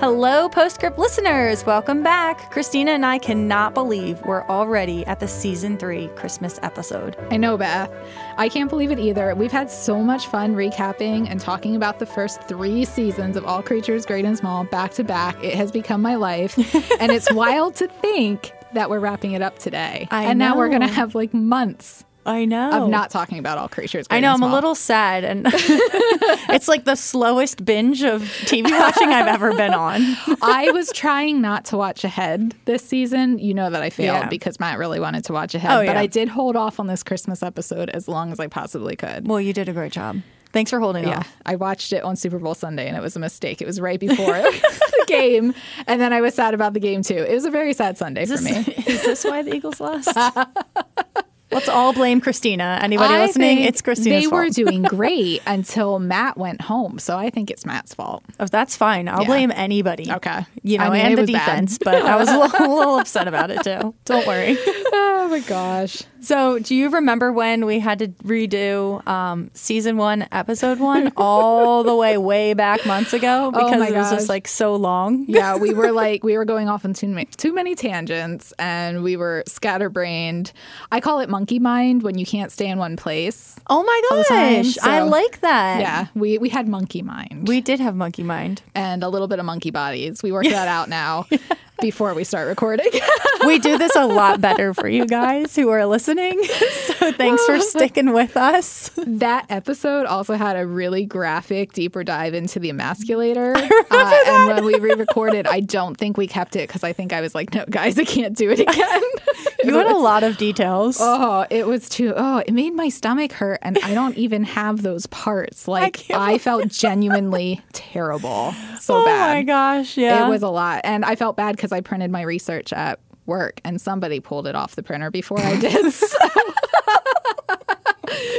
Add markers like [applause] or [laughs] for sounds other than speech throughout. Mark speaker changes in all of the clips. Speaker 1: Hello, Postscript listeners. Welcome back. Christina and I cannot believe we're already at the season three Christmas episode.
Speaker 2: I know, Beth. I can't believe it either. We've had so much fun recapping and talking about the first three seasons of All Creatures Great and Small back to back. It has become
Speaker 1: [laughs]
Speaker 2: my life. and it's wild to think that we're wrapping it up today.
Speaker 1: I
Speaker 2: and now we're going to
Speaker 1: know.
Speaker 2: have like months
Speaker 1: I know.
Speaker 2: of not talking about All Creatures Great
Speaker 1: I know.
Speaker 2: and
Speaker 1: I'm a
Speaker 2: Small.
Speaker 1: little sad, and [laughs] it's like the slowest binge of [laughs] TV watching I've ever been on.
Speaker 2: I was trying not to watch ahead this season. You know that I failed
Speaker 1: Yeah.
Speaker 2: because Matt really wanted to watch ahead,
Speaker 1: Oh,
Speaker 2: but
Speaker 1: yeah.
Speaker 2: I did hold off on this Christmas episode as long as I possibly
Speaker 1: [laughs]
Speaker 2: could.
Speaker 1: Well, you did a great job. Thanks for holding
Speaker 2: Yeah,
Speaker 1: off.
Speaker 2: I watched it on Super Bowl Sunday and it was a mistake. It
Speaker 1: [laughs]
Speaker 2: was right before the game, and then I was sad about the game too. It was a very sad Sunday for
Speaker 1: Is [laughs]
Speaker 2: me.
Speaker 1: this, is this why the Eagles lost? [laughs] Let's all blame Christina. Anybody
Speaker 2: I
Speaker 1: listening,
Speaker 2: think
Speaker 1: it's Christina's
Speaker 2: They
Speaker 1: fault.
Speaker 2: were
Speaker 1: [laughs]
Speaker 2: doing great until Matt went home, so I think it's Matt's fault.
Speaker 1: [laughs] Oh, that's fine. I'll
Speaker 2: Yeah.
Speaker 1: blame anybody.
Speaker 2: Okay.
Speaker 1: You know,
Speaker 2: I mean,
Speaker 1: and
Speaker 2: it
Speaker 1: the
Speaker 2: was bad.
Speaker 1: [laughs] defense, but I was a little, a little upset about it too. Don't worry.
Speaker 2: Oh my gosh.
Speaker 1: So, do you remember when we had to redo um, season one, episode [laughs] one, all the way, way back months ago?
Speaker 2: Oh
Speaker 1: Because
Speaker 2: my
Speaker 1: it was just
Speaker 2: gosh.
Speaker 1: like so long.
Speaker 2: yeah, we
Speaker 1: [laughs]
Speaker 2: were like we were going off on too many, too many tangents, and we were scatterbrained. I call it monkey mind when you can't stay in one place.
Speaker 1: Oh my
Speaker 2: the
Speaker 1: gosh.
Speaker 2: time,
Speaker 1: I
Speaker 2: so-
Speaker 1: like that.
Speaker 2: Yeah, we we had monkey mind
Speaker 1: We did have monkey mind.
Speaker 2: and a little bit of monkey bodies. We worked that out now before we start recording.
Speaker 1: [laughs]
Speaker 2: [laughs]
Speaker 1: we do this a lot better for you guys who are listening. [laughs] So, thanks [laughs] for sticking with us.
Speaker 2: that episode also had a really graphic deeper dive into the
Speaker 1: [laughs]
Speaker 2: emasculator. uh, And when we re-recorded, I don't think we kept it because I think I was like, no, guys, I can't
Speaker 1: [laughs]
Speaker 2: do it again.
Speaker 1: You had a lot of details.
Speaker 2: Oh, it was too. Oh, it made my stomach hurt, and I don't even have those
Speaker 1: [laughs]
Speaker 2: parts. Like
Speaker 1: can't
Speaker 2: I, felt genuinely terrible, so
Speaker 1: oh
Speaker 2: bad.
Speaker 1: my gosh. Yeah.
Speaker 2: It was a lot, and I felt bad because I printed my research at work, and somebody pulled it off the printer before I did.
Speaker 1: [laughs]
Speaker 2: So.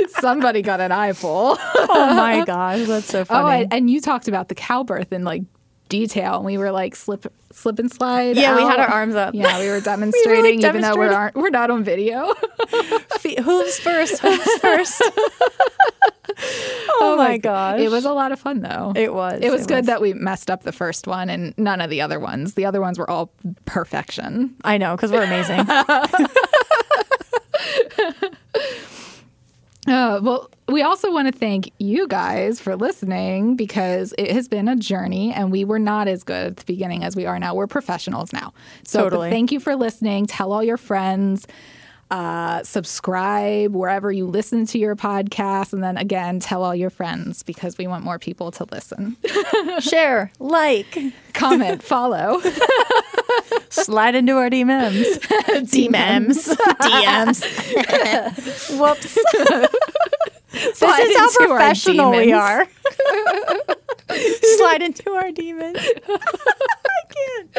Speaker 2: [laughs] somebody got an eyeful.
Speaker 1: [laughs] oh [laughs] my gosh. That's so
Speaker 2: Oh,
Speaker 1: funny.
Speaker 2: and- and you talked about the cowbirth in like detail, and we were like slip, slip and slide.
Speaker 1: Yeah, we had our
Speaker 2: out.
Speaker 1: arms up. [laughs]
Speaker 2: Yeah, we were demonstrating, even though we're
Speaker 1: demonstrated.
Speaker 2: aren't, we're not on video.
Speaker 1: [laughs] Feet, hooves first, [laughs] hooves first. oh, my gosh.
Speaker 2: It was a lot of fun though.
Speaker 1: It was.
Speaker 2: It was good that we messed up the first one and none of the other ones. The other ones were all perfection.
Speaker 1: I know, because we're [laughs] amazing.
Speaker 2: Uh, well, we also want to thank you guys for listening because it has been a journey and we were not as good at the beginning as we are now. We're professionals now. So but
Speaker 1: Totally.
Speaker 2: thank you for listening. Tell all your friends. Uh, subscribe wherever you listen to your podcast. And then again, tell all your friends because we want more people to
Speaker 1: [laughs]
Speaker 2: listen.
Speaker 1: Share, like,
Speaker 2: Comment, follow.
Speaker 1: slide into our [laughs] DMs. [laughs] DMs. DMs. [laughs] Whoops.
Speaker 2: Slide
Speaker 1: this is how
Speaker 2: into our
Speaker 1: professional we
Speaker 2: demons.
Speaker 1: [laughs] are. slide into our [laughs] demons. I can't.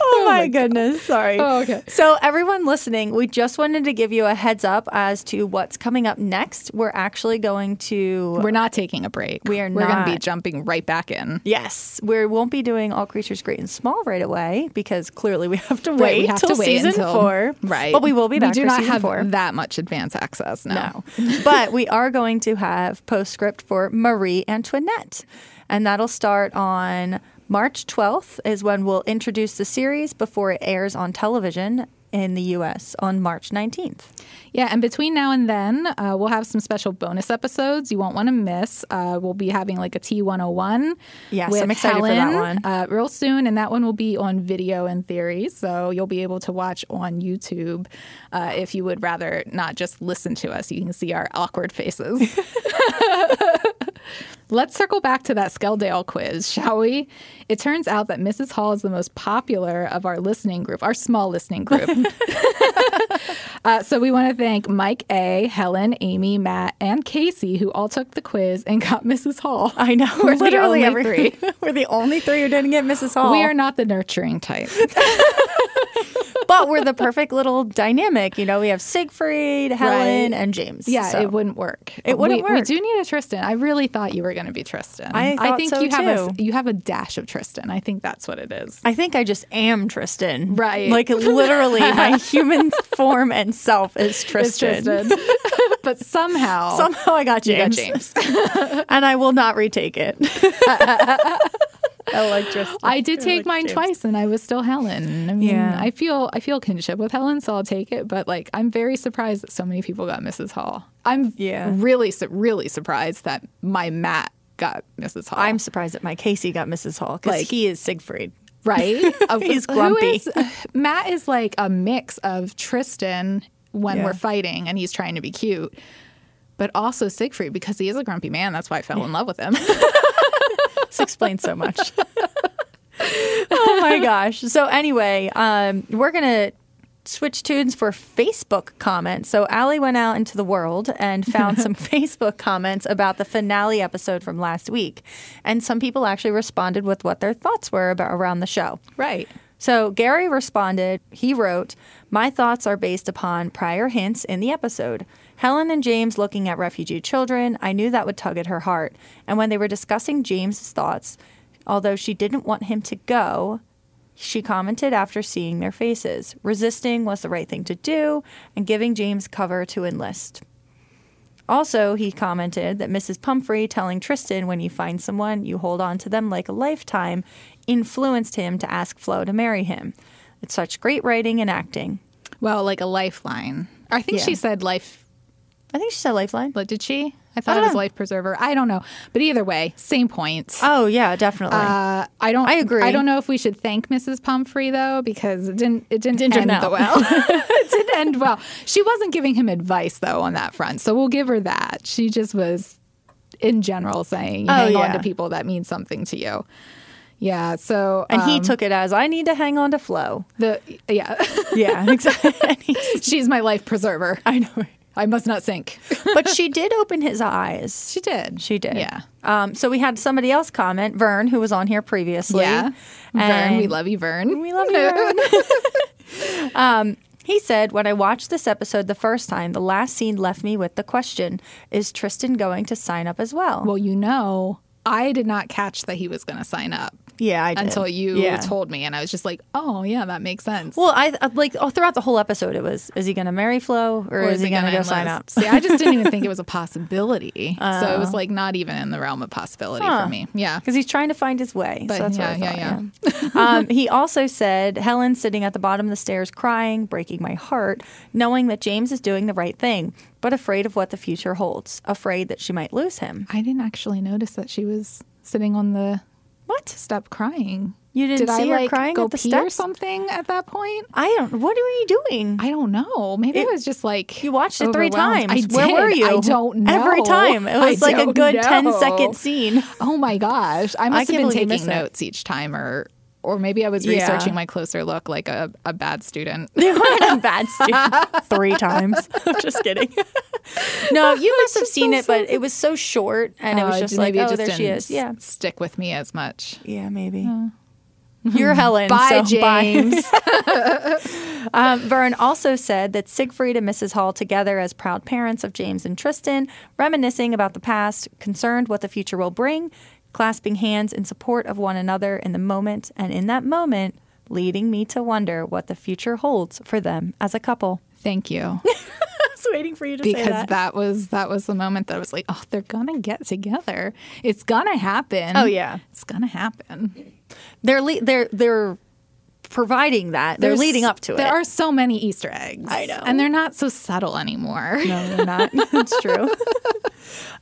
Speaker 1: Oh, my, goodness. Sorry.
Speaker 2: Oh, okay.
Speaker 1: So, everyone listening, we just wanted to give you a heads up as to what's coming up next. We're actually going to
Speaker 2: We're not taking a break.
Speaker 1: We are
Speaker 2: We're going to be
Speaker 1: not.
Speaker 2: jumping right back in.
Speaker 1: Yes, we won't be doing all creatures great and small right away because clearly we [laughs] have to wait
Speaker 2: Right, we have
Speaker 1: till
Speaker 2: to wait
Speaker 1: season
Speaker 2: until-
Speaker 1: four.
Speaker 2: Right.
Speaker 1: but we will be back.
Speaker 2: We do
Speaker 1: for
Speaker 2: not
Speaker 1: season
Speaker 2: have
Speaker 1: four.
Speaker 2: that much advance access now.
Speaker 1: No, [laughs] but we are going to have postscript for Marie Antoinette, and that'll start on March twelfth. Is when we'll introduce the series before it airs on television in the U.S. on March nineteenth.
Speaker 2: Yeah, and between now and then, uh, we'll have some special bonus episodes you won't want to miss. Uh, we'll be having like a T101.
Speaker 1: Yes,
Speaker 2: with
Speaker 1: I'm excited for that
Speaker 2: Helen,
Speaker 1: one.
Speaker 2: Uh, real soon, and that one will be on video and theory. So you'll be able to watch on YouTube uh, if you would rather not just listen to us. You can see our
Speaker 1: [laughs]
Speaker 2: awkward faces. [laughs] Let's circle back to that Skeldale quiz, shall we? It turns out that Mrs. Hall is the most popular of our listening group, our small listening group. Uh, so we want to thank Mike A, Helen, Amy, Matt, and Casey, who all took the quiz and [laughs] got Mrs. Hall.
Speaker 1: I know. [laughs]
Speaker 2: We're the
Speaker 1: literally
Speaker 2: only
Speaker 1: every- [laughs] we're the only three who didn't get Mrs. Hall.
Speaker 2: We are not the nurturing
Speaker 1: [laughs]
Speaker 2: type.
Speaker 1: but we're the perfect little dynamic. You know, we have Siegfried, Helen, and James.
Speaker 2: Yeah,
Speaker 1: So-
Speaker 2: it wouldn't work.
Speaker 1: It wouldn't
Speaker 2: we, We
Speaker 1: work.
Speaker 2: do need a Tristan. I really thought you were going to be Tristan.
Speaker 1: I thought
Speaker 2: think
Speaker 1: so,
Speaker 2: you have a s-
Speaker 1: too.
Speaker 2: you have a dash of Tristan. I think that's what it is.
Speaker 1: I think I just am Tristan.
Speaker 2: Right.
Speaker 1: Like literally,
Speaker 2: [laughs]
Speaker 1: my human form and self is
Speaker 2: It's
Speaker 1: Tristan.
Speaker 2: Tristan. [laughs]
Speaker 1: [laughs]
Speaker 2: but somehow
Speaker 1: Somehow I got [laughs]
Speaker 2: you got
Speaker 1: James,
Speaker 2: James. [laughs]
Speaker 1: and I will not retake it. Electricity.
Speaker 2: I did take mine
Speaker 1: Electricity.
Speaker 2: twice, and I was still Helen. I mean,
Speaker 1: Yeah.
Speaker 2: I feel I feel kinship with Helen, so I'll take it. But like, I'm very surprised that so many people got Mrs. Hall. I'm
Speaker 1: Yeah.
Speaker 2: really su- really surprised that my Matt got Mrs. Hall.
Speaker 1: I'm [laughs] surprised that my Casey got Mrs. Hall because
Speaker 2: Like-
Speaker 1: he is Siegfried.
Speaker 2: right. Of-
Speaker 1: He's
Speaker 2: who
Speaker 1: grumpy.
Speaker 2: is- [laughs] Matt is like a mix of Tristan when
Speaker 1: Yeah.
Speaker 2: we're fighting and he's trying to be cute, but also Siegfried because he is a grumpy man. That's why I fell in love with him. [laughs]
Speaker 1: This explains so much. [laughs] oh my gosh. So anyway, um, we're gonna switch tunes for Facebook comments. So Allie went out into the world and found some Facebook comments about the finale episode from last week, and some people actually responded with what their thoughts were about around the show.
Speaker 2: right.
Speaker 1: So Gary responded, he wrote, My thoughts are based upon prior hints in the episode. Helen and James looking at refugee children, I knew that would tug at her heart. And when they were discussing James's thoughts, although she didn't want him to go, she commented after seeing their faces. Resisting was the right thing to do, and giving James cover to enlist. Also, he commented that Mrs. Pumphrey telling Tristan when you find someone, you hold on to them like a lifetime influenced him to ask Flo to marry him. It's such great writing and acting.
Speaker 2: Well, like a lifeline. I think
Speaker 1: Yeah.
Speaker 2: she said life
Speaker 1: I think she said Lifeline.
Speaker 2: But did she? I thought it was life preserver. I don't know. But either way, same points.
Speaker 1: Oh, yeah, definitely.
Speaker 2: Uh, I don't.
Speaker 1: I agree.
Speaker 2: I don't know if we should thank Mrs. Pumphrey though, because it didn't. It didn't,
Speaker 1: Didn't turn
Speaker 2: end
Speaker 1: out. [laughs]
Speaker 2: well. [laughs] it didn't end well. She wasn't giving him advice though on that front, so we'll give her that. She just was, in general, saying,
Speaker 1: Oh,
Speaker 2: "Hang on
Speaker 1: yeah.
Speaker 2: to people that mean something to you." Yeah. So
Speaker 1: and he
Speaker 2: um,
Speaker 1: took it as I need to hang on to Flo.
Speaker 2: the [laughs] yeah. [laughs]
Speaker 1: Yeah, exactly.
Speaker 2: She's my life preserver.
Speaker 1: [laughs] I know.
Speaker 2: I must not sink.
Speaker 1: But she did open his eyes.
Speaker 2: She did.
Speaker 1: [laughs] She did.
Speaker 2: Yeah.
Speaker 1: Um, so we had somebody else comment, Vern, who was on here previously.
Speaker 2: Yeah. Vern,
Speaker 1: And-
Speaker 2: we love you, Vern.
Speaker 1: We love you, Vern. um, [laughs] he said, When I watched this episode the first time, the last scene left me with the question Is Tristan going to sign up as well?
Speaker 2: Well, you know, I did not catch that he was going to sign up
Speaker 1: yeah, I did.
Speaker 2: until you
Speaker 1: Yeah.
Speaker 2: told me, and I was just like, "Oh, yeah, that makes sense."
Speaker 1: Well, I I- like oh, throughout the whole episode, it was Is he going to marry Flo or, is, he going to go
Speaker 2: gonna
Speaker 1: sign
Speaker 2: enlist?
Speaker 1: up? Uh-huh.
Speaker 2: See, I just didn't even think
Speaker 1: [laughs]
Speaker 2: it was a possibility, so it was like not even in the realm of possibility
Speaker 1: Huh.
Speaker 2: for me. Yeah,
Speaker 1: Because he's trying to find his way.
Speaker 2: But
Speaker 1: so that's
Speaker 2: yeah,
Speaker 1: what I thought,
Speaker 2: yeah,
Speaker 1: yeah.
Speaker 2: [laughs]
Speaker 1: um, he also said, Helen sitting at the bottom of the stairs crying, breaking my heart, knowing that James is doing the right thing, but afraid of what the future holds, afraid that she might lose him.
Speaker 2: I didn't actually notice that she was sitting on the
Speaker 1: What?
Speaker 2: step crying.
Speaker 1: You didn't
Speaker 2: Did I
Speaker 1: see her
Speaker 2: like
Speaker 1: crying
Speaker 2: go
Speaker 1: at the
Speaker 2: pee or
Speaker 1: steps?
Speaker 2: something at that point?
Speaker 1: I don't. What were you doing?
Speaker 2: I don't know. Maybe
Speaker 1: It-
Speaker 2: I was just like
Speaker 1: you watched it three
Speaker 2: overwhelmed.
Speaker 1: times.
Speaker 2: I
Speaker 1: Where
Speaker 2: did.
Speaker 1: were you?
Speaker 2: I don't know.
Speaker 1: Every time it
Speaker 2: [laughs] I
Speaker 1: was like a
Speaker 2: don't
Speaker 1: good
Speaker 2: know.
Speaker 1: ten second
Speaker 2: [laughs]
Speaker 1: scene.
Speaker 2: Oh my gosh. I must
Speaker 1: can't
Speaker 2: have
Speaker 1: believe you
Speaker 2: been
Speaker 1: missed
Speaker 2: taking
Speaker 1: that.
Speaker 2: notes each time or or maybe I was
Speaker 1: Yeah.
Speaker 2: researching my closer look like a, a
Speaker 1: [laughs]
Speaker 2: bad student.
Speaker 1: They weren't a bad student three times. [laughs] I'm just
Speaker 2: [laughs]
Speaker 1: kidding. No, you must have seen it, but it was so short, and it was
Speaker 2: Uh,
Speaker 1: just like,
Speaker 2: maybe it
Speaker 1: oh,
Speaker 2: just
Speaker 1: there she
Speaker 2: didn't
Speaker 1: is. Yeah,
Speaker 2: s- Stick with me as much.
Speaker 1: yeah, maybe. You're Helen.
Speaker 2: Bye,
Speaker 1: so [laughs] bye.
Speaker 2: James.
Speaker 1: Um, Vern also said that Siegfried and Mrs. Hall, together as proud parents of James and Tristan, reminiscing about the past, concerned what the future will bring, clasping hands in support of one another in the moment, and in that moment, leading me to wonder what the future holds for them as a couple.
Speaker 2: Thank you.
Speaker 1: [laughs] I was waiting for you to
Speaker 2: Because that. was that was the moment that I was like, oh, they're gonna get together. It's gonna happen.
Speaker 1: Oh, yeah.
Speaker 2: It's gonna happen.
Speaker 1: They're le- they're they're providing that. They're
Speaker 2: There's-
Speaker 1: leading up to it.
Speaker 2: There are so many Easter eggs.
Speaker 1: I know.
Speaker 2: And they're not so subtle anymore.
Speaker 1: No, they're not. [laughs] That's true.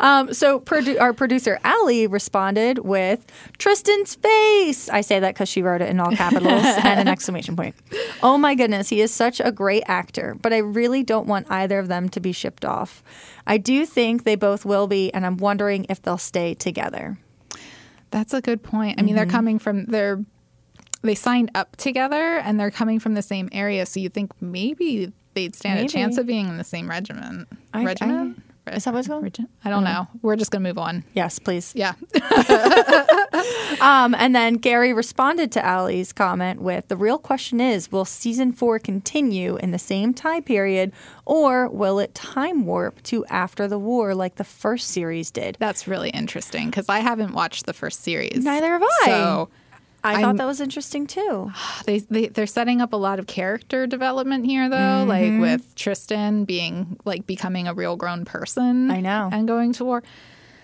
Speaker 1: Um, so produ- our producer Allie responded with Tristan's face. I say that because she wrote it in all capitals and an exclamation point. Oh my goodness, he is such a great actor, but I really don't want either of them to be shipped off. I do think they both will be, and I'm wondering if they'll stay together.
Speaker 2: That's a good point. I mean,
Speaker 1: Mm-hmm.
Speaker 2: they're coming from they're they signed up together and they're coming from the same area, so you think maybe they'd stand a chance
Speaker 1: Maybe.
Speaker 2: of being in the same regiment.
Speaker 1: I-
Speaker 2: regiment?
Speaker 1: I- is that what it's called?
Speaker 2: Regi- I don't know. We're just gonna move on.
Speaker 1: Yes, please.
Speaker 2: Yeah. [laughs]
Speaker 1: Um, and then Gary responded to Allie's comment with The real question is will season four continue in the same time period, or will it time warp to after the war like the first series did?
Speaker 2: That's really interesting because I haven't watched the first series.
Speaker 1: Neither have I.
Speaker 2: So
Speaker 1: I thought
Speaker 2: I'm-
Speaker 1: that was interesting too.
Speaker 2: [sighs] they, they they're setting up a lot of character development here though
Speaker 1: Mm-hmm.
Speaker 2: like with tristan being like becoming a real grown person
Speaker 1: I know.
Speaker 2: and going to war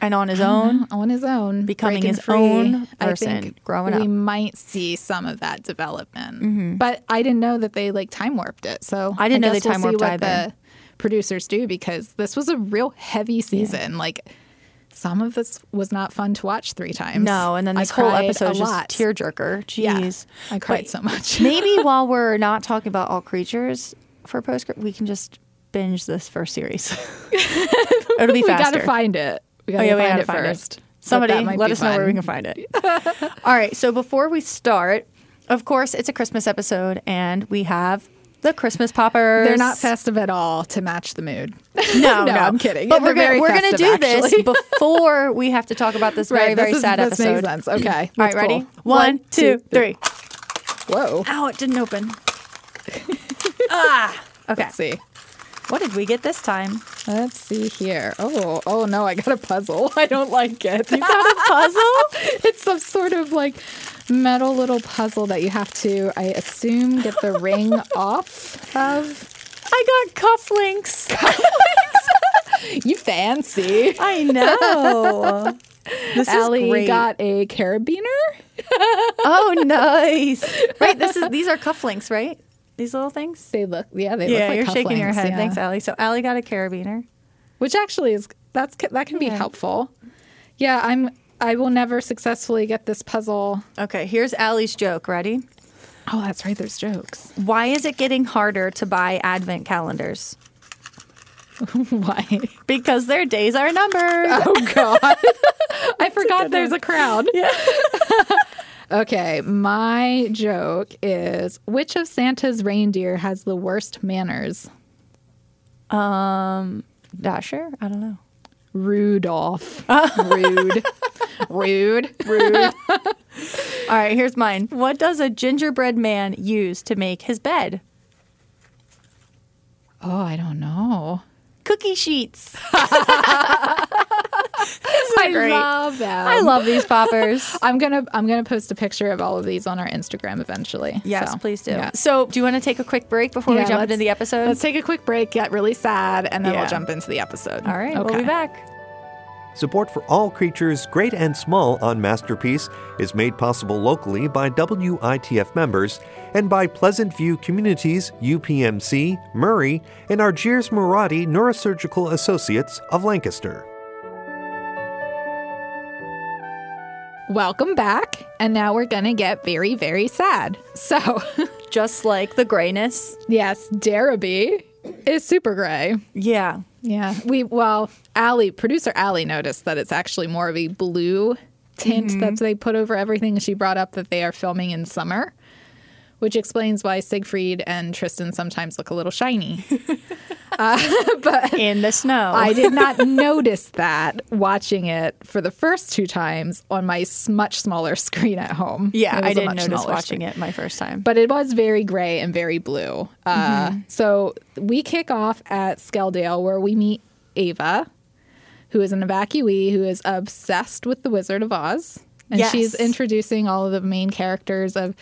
Speaker 1: and on his own.
Speaker 2: on his own,
Speaker 1: Becoming
Speaker 2: breaking
Speaker 1: his own
Speaker 2: I
Speaker 1: person,
Speaker 2: think
Speaker 1: growing
Speaker 2: we
Speaker 1: up. Mm-hmm.
Speaker 2: might see some of that development, but I didn't know that they like time warped it. So
Speaker 1: I didn't know they
Speaker 2: guess we'll
Speaker 1: time
Speaker 2: see
Speaker 1: warped
Speaker 2: what
Speaker 1: either.
Speaker 2: The producers do because this was a real heavy season. Like some of this was not fun to watch three
Speaker 1: [sighs]
Speaker 2: times.
Speaker 1: No, and then
Speaker 2: I
Speaker 1: this whole
Speaker 2: cried
Speaker 1: episode
Speaker 2: a
Speaker 1: is just
Speaker 2: lot.
Speaker 1: tear jerker.
Speaker 2: Yeah,
Speaker 1: Jeez.
Speaker 2: [laughs] I cried
Speaker 1: But
Speaker 2: so much.
Speaker 1: maybe while we're not talking about all creatures for postscript, we can just binge this first series. [laughs] It'll be
Speaker 2: [laughs] we
Speaker 1: faster. Oh,
Speaker 2: gotta find it. We gotta
Speaker 1: we
Speaker 2: find
Speaker 1: gotta
Speaker 2: it
Speaker 1: find
Speaker 2: first. But
Speaker 1: Somebody
Speaker 2: that might
Speaker 1: let
Speaker 2: be
Speaker 1: us know where we can
Speaker 2: fun.
Speaker 1: find it. [laughs] All right. So before we start, of course, it's a Christmas episode, and we have the Christmas poppers.
Speaker 2: They're not festive at all to match the mood.
Speaker 1: [laughs]
Speaker 2: [laughs]
Speaker 1: No,
Speaker 2: No, I'm kidding.
Speaker 1: But
Speaker 2: They're
Speaker 1: we're gonna
Speaker 2: very
Speaker 1: we're gonna
Speaker 2: festive,
Speaker 1: do this [laughs]
Speaker 2: actually.
Speaker 1: before we have to talk about this very
Speaker 2: this
Speaker 1: very
Speaker 2: is-
Speaker 1: sad
Speaker 2: this
Speaker 1: episode.
Speaker 2: Makes sense.
Speaker 1: All
Speaker 2: Okay. that's
Speaker 1: right, ready?
Speaker 2: cool.
Speaker 1: One, two, three.
Speaker 2: Whoa.
Speaker 1: Ow! It didn't [laughs] open. ah. Okay.
Speaker 2: Let's see.
Speaker 1: What did we get this time?
Speaker 2: Let's see here. Oh, oh no, I got a puzzle. [laughs] I don't like it.
Speaker 1: Got a puzzle.
Speaker 2: [laughs] it's some sort of like metal little puzzle that you have to, I assume,
Speaker 1: [laughs]
Speaker 2: get the ring off of.
Speaker 1: I got cufflinks.
Speaker 2: You fancy.
Speaker 1: I [laughs] know. This
Speaker 2: Allie
Speaker 1: is great.
Speaker 2: got a carabiner.
Speaker 1: Oh, [laughs] nice. Right. This is these are cufflinks, right? These little things.
Speaker 2: They look, yeah, they
Speaker 1: Yeah,
Speaker 2: look like
Speaker 1: you're shaking your
Speaker 2: cufflinks,
Speaker 1: head.
Speaker 2: yeah.
Speaker 1: Thanks, Allie. So Allie got a carabiner.
Speaker 2: which actually is that's that can be
Speaker 1: Yeah.
Speaker 2: helpful. Yeah, I'm. I will never successfully get this puzzle.
Speaker 1: Okay, here's Allie's joke. Ready?
Speaker 2: Oh, that's right. There's [laughs] jokes.
Speaker 1: Why is it getting harder to buy advent calendars?
Speaker 2: Why?
Speaker 1: Because their days are numbered. [laughs]
Speaker 2: Oh God! I forgot there's a crowd. Yeah. [laughs] okay, my joke is: Which of Santa's reindeer has the worst manners?
Speaker 1: Um, Dasher? I don't know.
Speaker 2: Rudolph.
Speaker 1: [laughs]
Speaker 2: Rude. Rude.
Speaker 1: Rude. All right, here's mine. What does a gingerbread man use to make his bed?
Speaker 2: Oh, I don't know.
Speaker 1: Cookie sheets.
Speaker 2: I
Speaker 1: great.
Speaker 2: love that.
Speaker 1: I love these poppers.
Speaker 2: I'm gonna I'm gonna post a picture of all of these on our Instagram eventually.
Speaker 1: [laughs] Yes,
Speaker 2: So,
Speaker 1: please do.
Speaker 2: yeah.
Speaker 1: So, do you want to take a quick break before
Speaker 2: Yeah,
Speaker 1: we jump
Speaker 2: let's-
Speaker 1: into the episode?
Speaker 2: Let's take a quick break, get really sad, and then
Speaker 1: Yeah.
Speaker 2: we'll jump into the episode.
Speaker 1: All right, we'll be back.
Speaker 3: Support for all creatures, great and small, on Masterpiece is made possible locally by WITF members and by Pleasant View Communities, UPMC, Murray, and Argiers Murati Neurosurgical Associates of Lancaster.
Speaker 2: Welcome back. And now we're gonna get very, very sad. So [laughs]
Speaker 1: Just like the grayness.
Speaker 2: yes, Darby is super gray.
Speaker 1: [laughs] Yeah.
Speaker 2: Yeah. We well, Allie, producer Allie noticed that it's actually more of a blue tint
Speaker 1: Mm-hmm.
Speaker 2: that they put over everything. She brought up that they are filming in summer, which explains why Siegfried and Tristan sometimes look a little shiny.
Speaker 1: [laughs] In the snow.
Speaker 2: I did not notice that watching it for the first two times on my s- much smaller [laughs] screen at home.
Speaker 1: yeah,
Speaker 2: It
Speaker 1: I
Speaker 2: was a
Speaker 1: didn't
Speaker 2: much
Speaker 1: notice
Speaker 2: smaller
Speaker 1: watching
Speaker 2: screen.
Speaker 1: it my first time.
Speaker 2: But it was very gray and very blue. Uh,
Speaker 1: Mm-hmm.
Speaker 2: So we kick off at Skeldale where we meet Ava, who is an evacuee who is obsessed with the Wizard of Oz. And
Speaker 1: Yes.
Speaker 2: she's introducing all of the main characters of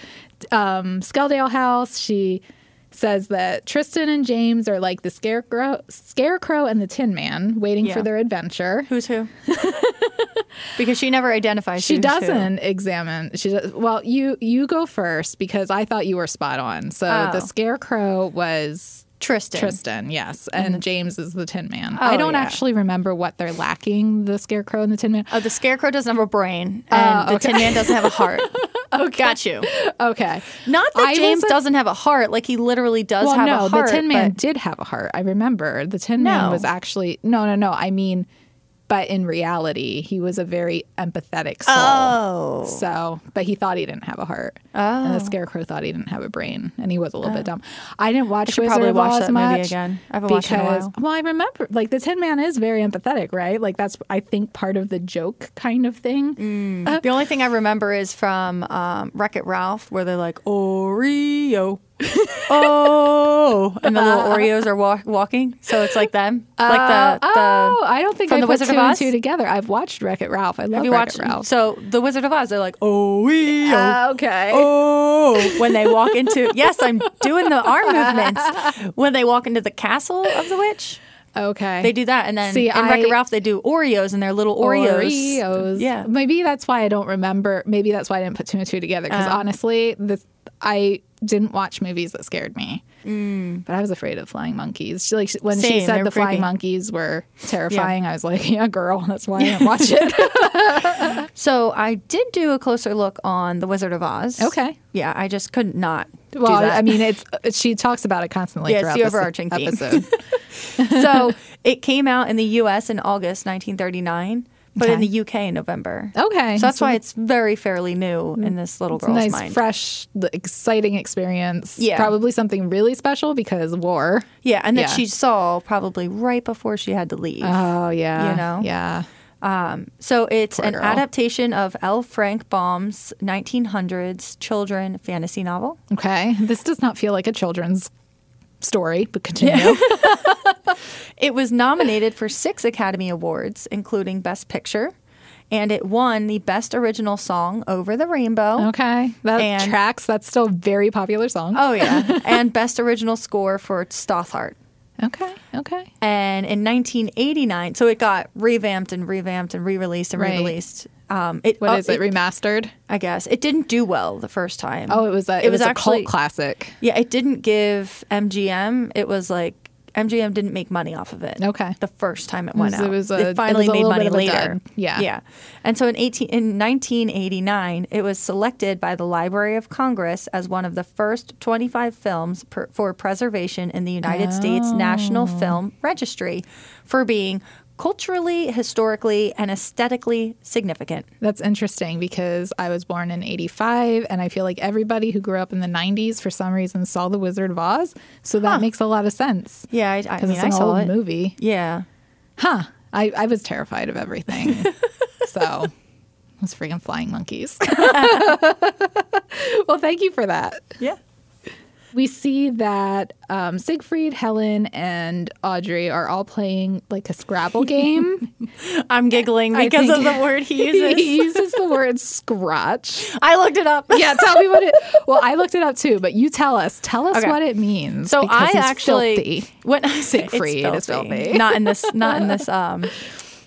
Speaker 2: um, Skeldale House. She says that Tristan and James are like the scarecrow, scarecrow and the Tin Man waiting
Speaker 1: Yeah.
Speaker 2: for their adventure.
Speaker 1: Who's [laughs] who? because she never identifies.
Speaker 2: She
Speaker 1: who's who.
Speaker 2: doesn't examine. She does, well, you you go first because I thought you were spot on. So
Speaker 1: Oh.
Speaker 2: the scarecrow was
Speaker 1: Tristan.
Speaker 2: Tristan, yes, and James is the Tin Man. I
Speaker 1: Oh,
Speaker 2: don't
Speaker 1: yeah.
Speaker 2: actually remember what they're lacking. The scarecrow and the
Speaker 1: [laughs]
Speaker 2: Tin Man.
Speaker 1: Oh, the scarecrow doesn't have a brain, and the Tin Man doesn't have a [laughs] heart. oh, got you.
Speaker 2: Okay,
Speaker 1: Not that
Speaker 2: I was
Speaker 1: James
Speaker 2: a-
Speaker 1: doesn't have a heart; like he literally does
Speaker 2: Well,
Speaker 1: have
Speaker 2: no,
Speaker 1: a heart.
Speaker 2: the Tin Man
Speaker 1: but-
Speaker 2: did have a heart. I remember the Tin
Speaker 1: No.
Speaker 2: Man was actually no, no, no. I mean, but in reality, he was a very empathetic soul.
Speaker 1: Oh,
Speaker 2: So, but he thought he didn't have a heart. And the scarecrow thought he didn't have a brain, and he was a little bit dumb. I didn't watch
Speaker 1: Oh. should
Speaker 2: Wizard
Speaker 1: probably
Speaker 2: of
Speaker 1: watch
Speaker 2: Oz
Speaker 1: that movie
Speaker 2: much
Speaker 1: again. I haven't watched
Speaker 2: because
Speaker 1: it in a while.
Speaker 2: well, I remember like the Tin Man is very empathetic, right? Like that's I think part of the joke kind of thing.
Speaker 1: the only thing I remember is from um, Wreck It Ralph, where they're like
Speaker 2: [laughs]
Speaker 1: Oreo, oh, and the little Oreos are wa- walking. So it's like them, like the, the
Speaker 2: oh, I don't think
Speaker 1: from
Speaker 2: I
Speaker 1: The
Speaker 2: put
Speaker 1: Wizard
Speaker 2: two
Speaker 1: of
Speaker 2: and
Speaker 1: Oz?
Speaker 2: two together. I've watched Wreck It Ralph. I love
Speaker 1: Have you watched?
Speaker 2: Wreck-It Ralph.
Speaker 1: So the Wizard of Oz, they're like, oh, yeah.
Speaker 2: Uh, okay.
Speaker 1: oh, when they walk into yes, I'm doing the arm movements when they walk into the castle of the witch.
Speaker 2: Okay.
Speaker 1: They do that, and then
Speaker 2: See,
Speaker 1: in Wreck-It
Speaker 2: I-
Speaker 1: Ralph they do Oreos and their little Oreos.
Speaker 2: Oreos.
Speaker 1: Yeah.
Speaker 2: Maybe that's why I don't remember. Maybe that's why I didn't put two and two together.
Speaker 1: Uh.
Speaker 2: Because honestly, this, I didn't watch movies that scared me. But I was afraid of flying monkeys. She, like she- when she
Speaker 1: Mm. Same,
Speaker 2: said
Speaker 1: they're
Speaker 2: the
Speaker 1: creepy.
Speaker 2: flying monkeys were terrifying, I was like, yeah, girl, that's
Speaker 1: [laughs]
Speaker 2: why I didn't watch it.
Speaker 1: So I did do a closer look on The Wizard of Oz.
Speaker 2: Okay.
Speaker 1: Yeah, I just could not.
Speaker 2: well,
Speaker 1: do that.
Speaker 2: I mean, it's she talks about it constantly
Speaker 1: Yeah, it's
Speaker 2: throughout
Speaker 1: the
Speaker 2: this
Speaker 1: overarching theme. [laughs]
Speaker 2: episode. [laughs]
Speaker 1: so it came out in the U.S. in August 1939, but in
Speaker 2: Okay.
Speaker 1: the U.K. in November.
Speaker 2: Okay.
Speaker 1: so that's
Speaker 2: So Mm,
Speaker 1: why it's very fairly new in this little
Speaker 2: It's a
Speaker 1: girl's
Speaker 2: nice,
Speaker 1: mind.
Speaker 2: fresh, the exciting experience.
Speaker 1: Yeah.
Speaker 2: Probably something really special because war.
Speaker 1: yeah, and that
Speaker 2: Yeah.
Speaker 1: she saw probably right before she had to leave.
Speaker 2: Oh yeah.
Speaker 1: You know?
Speaker 2: Yeah.
Speaker 1: so it's
Speaker 2: poor
Speaker 1: an
Speaker 2: girl.
Speaker 1: adaptation of L. Frank Baum's 1900s children fantasy novel.
Speaker 2: Okay. This does not feel like a children's story, but continue. [laughs]
Speaker 1: It was nominated for six Academy Awards, including Best Picture, and it won the Best Original Song over the Rainbow.
Speaker 2: okay. That
Speaker 1: And-
Speaker 2: tracks. That's still a very popular song.
Speaker 1: Oh, yeah. [laughs] and Best Original Score for Stothart.
Speaker 2: Okay. Okay.
Speaker 1: And in 1989, so it got revamped and revamped and re released and
Speaker 2: Right.
Speaker 1: re released. Um, it,
Speaker 2: What
Speaker 1: uh,
Speaker 2: is Oh, it, Remastered?
Speaker 1: I guess. It didn't do well the first time.
Speaker 2: Oh, it was a, it, was, a
Speaker 1: actually,
Speaker 2: cult classic.
Speaker 1: Yeah, it didn't give MGM. It was like MGM didn't make money off of it.
Speaker 2: Okay.
Speaker 1: The first time it went
Speaker 2: was- it
Speaker 1: out,
Speaker 2: was a-
Speaker 1: it finally
Speaker 2: it was a
Speaker 1: made
Speaker 2: little
Speaker 1: money
Speaker 2: bit of a
Speaker 1: later.
Speaker 2: dud. Yeah.
Speaker 1: yeah. And so in eighteen in nineteen eighty nine, it was selected by the Library of Congress as one of the first twenty five films per, for preservation in the United States National
Speaker 2: Oh.
Speaker 1: Film Registry for being culturally, historically, and aesthetically significant.
Speaker 2: That's interesting because I was born in 85 and I feel like everybody who grew up in the 90s for some reason saw The Wizard of Oz. So that makes a lot of sense.
Speaker 1: Yeah, I, I
Speaker 2: Because
Speaker 1: mean,
Speaker 2: it's
Speaker 1: I
Speaker 2: an
Speaker 1: saw
Speaker 2: old
Speaker 1: it.
Speaker 2: movie.
Speaker 1: Yeah.
Speaker 2: Huh. I, I was terrified of [laughs] everything. so those freaking flying [laughs] monkeys. well, thank you for that.
Speaker 1: Yeah.
Speaker 2: We see that um, Siegfried, Helen, and Audrey are all playing like a Scrabble game. [laughs]
Speaker 1: I'm giggling
Speaker 2: I
Speaker 1: because of
Speaker 2: think-
Speaker 1: the word
Speaker 2: [laughs]
Speaker 1: he uses.
Speaker 2: he uses the word scratch.
Speaker 1: I looked it up.
Speaker 2: Yeah, tell me what it. Well, I looked it up too, but you tell us. Tell us
Speaker 1: Okay.
Speaker 2: what it
Speaker 1: [laughs]
Speaker 2: means.
Speaker 1: So
Speaker 2: because
Speaker 1: I
Speaker 2: he's
Speaker 1: actually
Speaker 2: filthy.
Speaker 1: when
Speaker 2: Siegfried
Speaker 1: it's
Speaker 2: is
Speaker 1: filthy. [laughs]
Speaker 2: filthy.
Speaker 1: not in this not in this um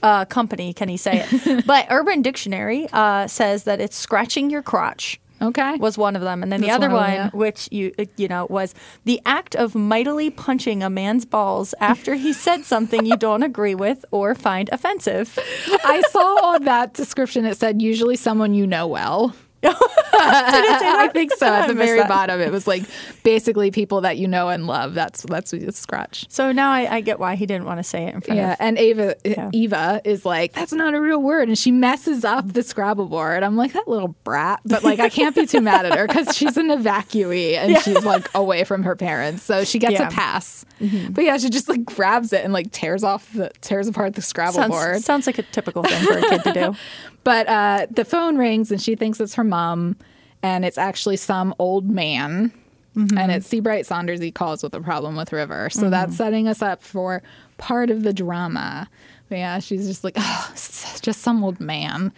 Speaker 1: uh, company can he say [laughs] it? But Urban Dictionary uh, says that it's scratching your crotch
Speaker 2: okay.
Speaker 1: was one of them, and then the
Speaker 2: That's
Speaker 1: other
Speaker 2: one of
Speaker 1: one,
Speaker 2: them, yeah.
Speaker 1: which you you know was the act of mightily punching a man's balls after he said something you don't agree with or find offensive.
Speaker 2: I saw on that description it said usually someone you
Speaker 1: [laughs]
Speaker 2: know well. I think so. At the
Speaker 1: missed
Speaker 2: very
Speaker 1: that.
Speaker 2: bottom, it was like basically people that you know and love. That's that's what it's scratch.
Speaker 1: So now I, I get why he didn't want to say it in front
Speaker 2: Yeah,
Speaker 1: of.
Speaker 2: and Ava Eva is like, that's not a real word, and she messes up the Scrabble board. I'm like that little brat, but like I can't be too mad at her because she's an evacuee and she's like away from her parents, so she gets
Speaker 1: Yeah. Mm-hmm.
Speaker 2: a pass. But yeah, she just like grabs it and like tears off the tears apart the Scrabble board.
Speaker 1: Sounds, sounds like a [laughs] typical thing for a kid to do.
Speaker 2: But uh, the phone rings and she thinks it's her mom, and it's actually some old man. And it's Seabright Saunders he calls with a problem with River. So that's setting us up for part of the drama. But yeah, she's just like, oh, it's just some old man.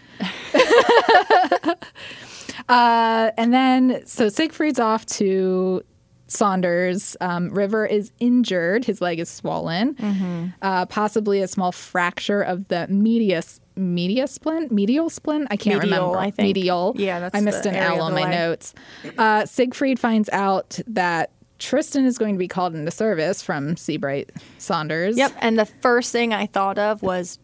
Speaker 2: uh, and then, so Siegfried's off to Saunders. Um, River is injured. His leg is swollen,
Speaker 1: Mm-hmm.
Speaker 2: uh, possibly a small fracture of the medius, media splint, medial splint. I can't
Speaker 1: Medial,
Speaker 2: remember.
Speaker 1: I think.
Speaker 2: Medial.
Speaker 1: Yeah, that's
Speaker 2: I missed
Speaker 1: the
Speaker 2: an
Speaker 1: area
Speaker 2: L
Speaker 1: of
Speaker 2: on
Speaker 1: the
Speaker 2: my
Speaker 1: leg.
Speaker 2: notes. Uh, Siegfried finds out that Tristan is going to be called into service from Seabright Saunders.
Speaker 1: Yep. And the first thing I thought of was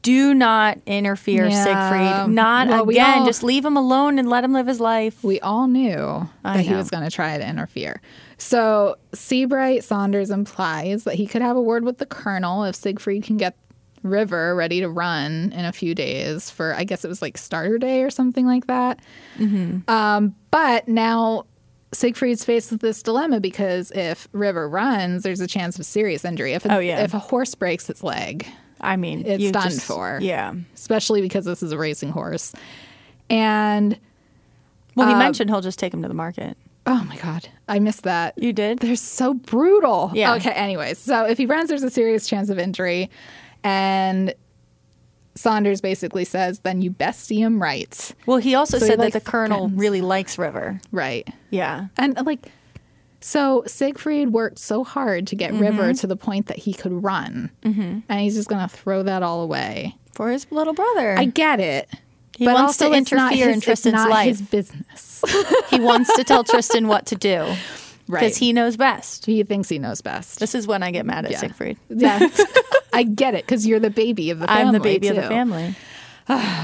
Speaker 1: do not interfere,
Speaker 2: Yeah.
Speaker 1: Siegfried. Not
Speaker 2: Well, we
Speaker 1: again.
Speaker 2: all-
Speaker 1: Just leave him alone and let him live his life.
Speaker 2: We all knew
Speaker 1: I
Speaker 2: that he
Speaker 1: know.
Speaker 2: was going to try to interfere. So Seabright Saunders implies that he could have a word with the colonel if Siegfried can get River ready to run in a few days for, I guess it was like starter day or something like that.
Speaker 1: Mm-hmm.
Speaker 2: Um, but now Siegfried's faced with this dilemma because if River runs, there's a chance of serious injury. If a,
Speaker 1: Oh, yeah.
Speaker 2: if a horse breaks its leg,
Speaker 1: I mean,
Speaker 2: It's
Speaker 1: you
Speaker 2: done
Speaker 1: just-
Speaker 2: for.
Speaker 1: Yeah.
Speaker 2: especially because this is a racing horse. And
Speaker 1: Well, he mentioned he'll just take him to the market.
Speaker 2: oh my God, I missed that.
Speaker 1: You did?
Speaker 2: They're so brutal.
Speaker 1: Yeah.
Speaker 2: Okay, anyways. So if he runs, there's a serious chance of injury. And Saunders basically says, then you best see him right.
Speaker 1: Well, he also
Speaker 2: So he,
Speaker 1: said
Speaker 2: like,
Speaker 1: that the colonel really likes River.
Speaker 2: Right.
Speaker 1: Yeah.
Speaker 2: And like, So Siegfried worked so hard to
Speaker 1: Mm-hmm.
Speaker 2: get River to the point that he could run, mm-hmm. and he's just going to throw that all away.
Speaker 1: for his little brother.
Speaker 2: I get it.
Speaker 1: He
Speaker 2: but
Speaker 1: wants
Speaker 2: also
Speaker 1: to
Speaker 2: it's not
Speaker 1: interfere
Speaker 2: his,
Speaker 1: in
Speaker 2: it's
Speaker 1: Tristan's
Speaker 2: not
Speaker 1: life.
Speaker 2: his business. [laughs]
Speaker 1: he wants to tell Tristan what to do [laughs]
Speaker 2: Right.
Speaker 1: he knows best.
Speaker 2: he thinks he knows best.
Speaker 1: This is when I get mad at
Speaker 2: Yeah.
Speaker 1: Siegfried. [laughs]
Speaker 2: Yeah. I get it because you're the baby of the family.
Speaker 1: I'm the baby of the
Speaker 2: too.
Speaker 1: family.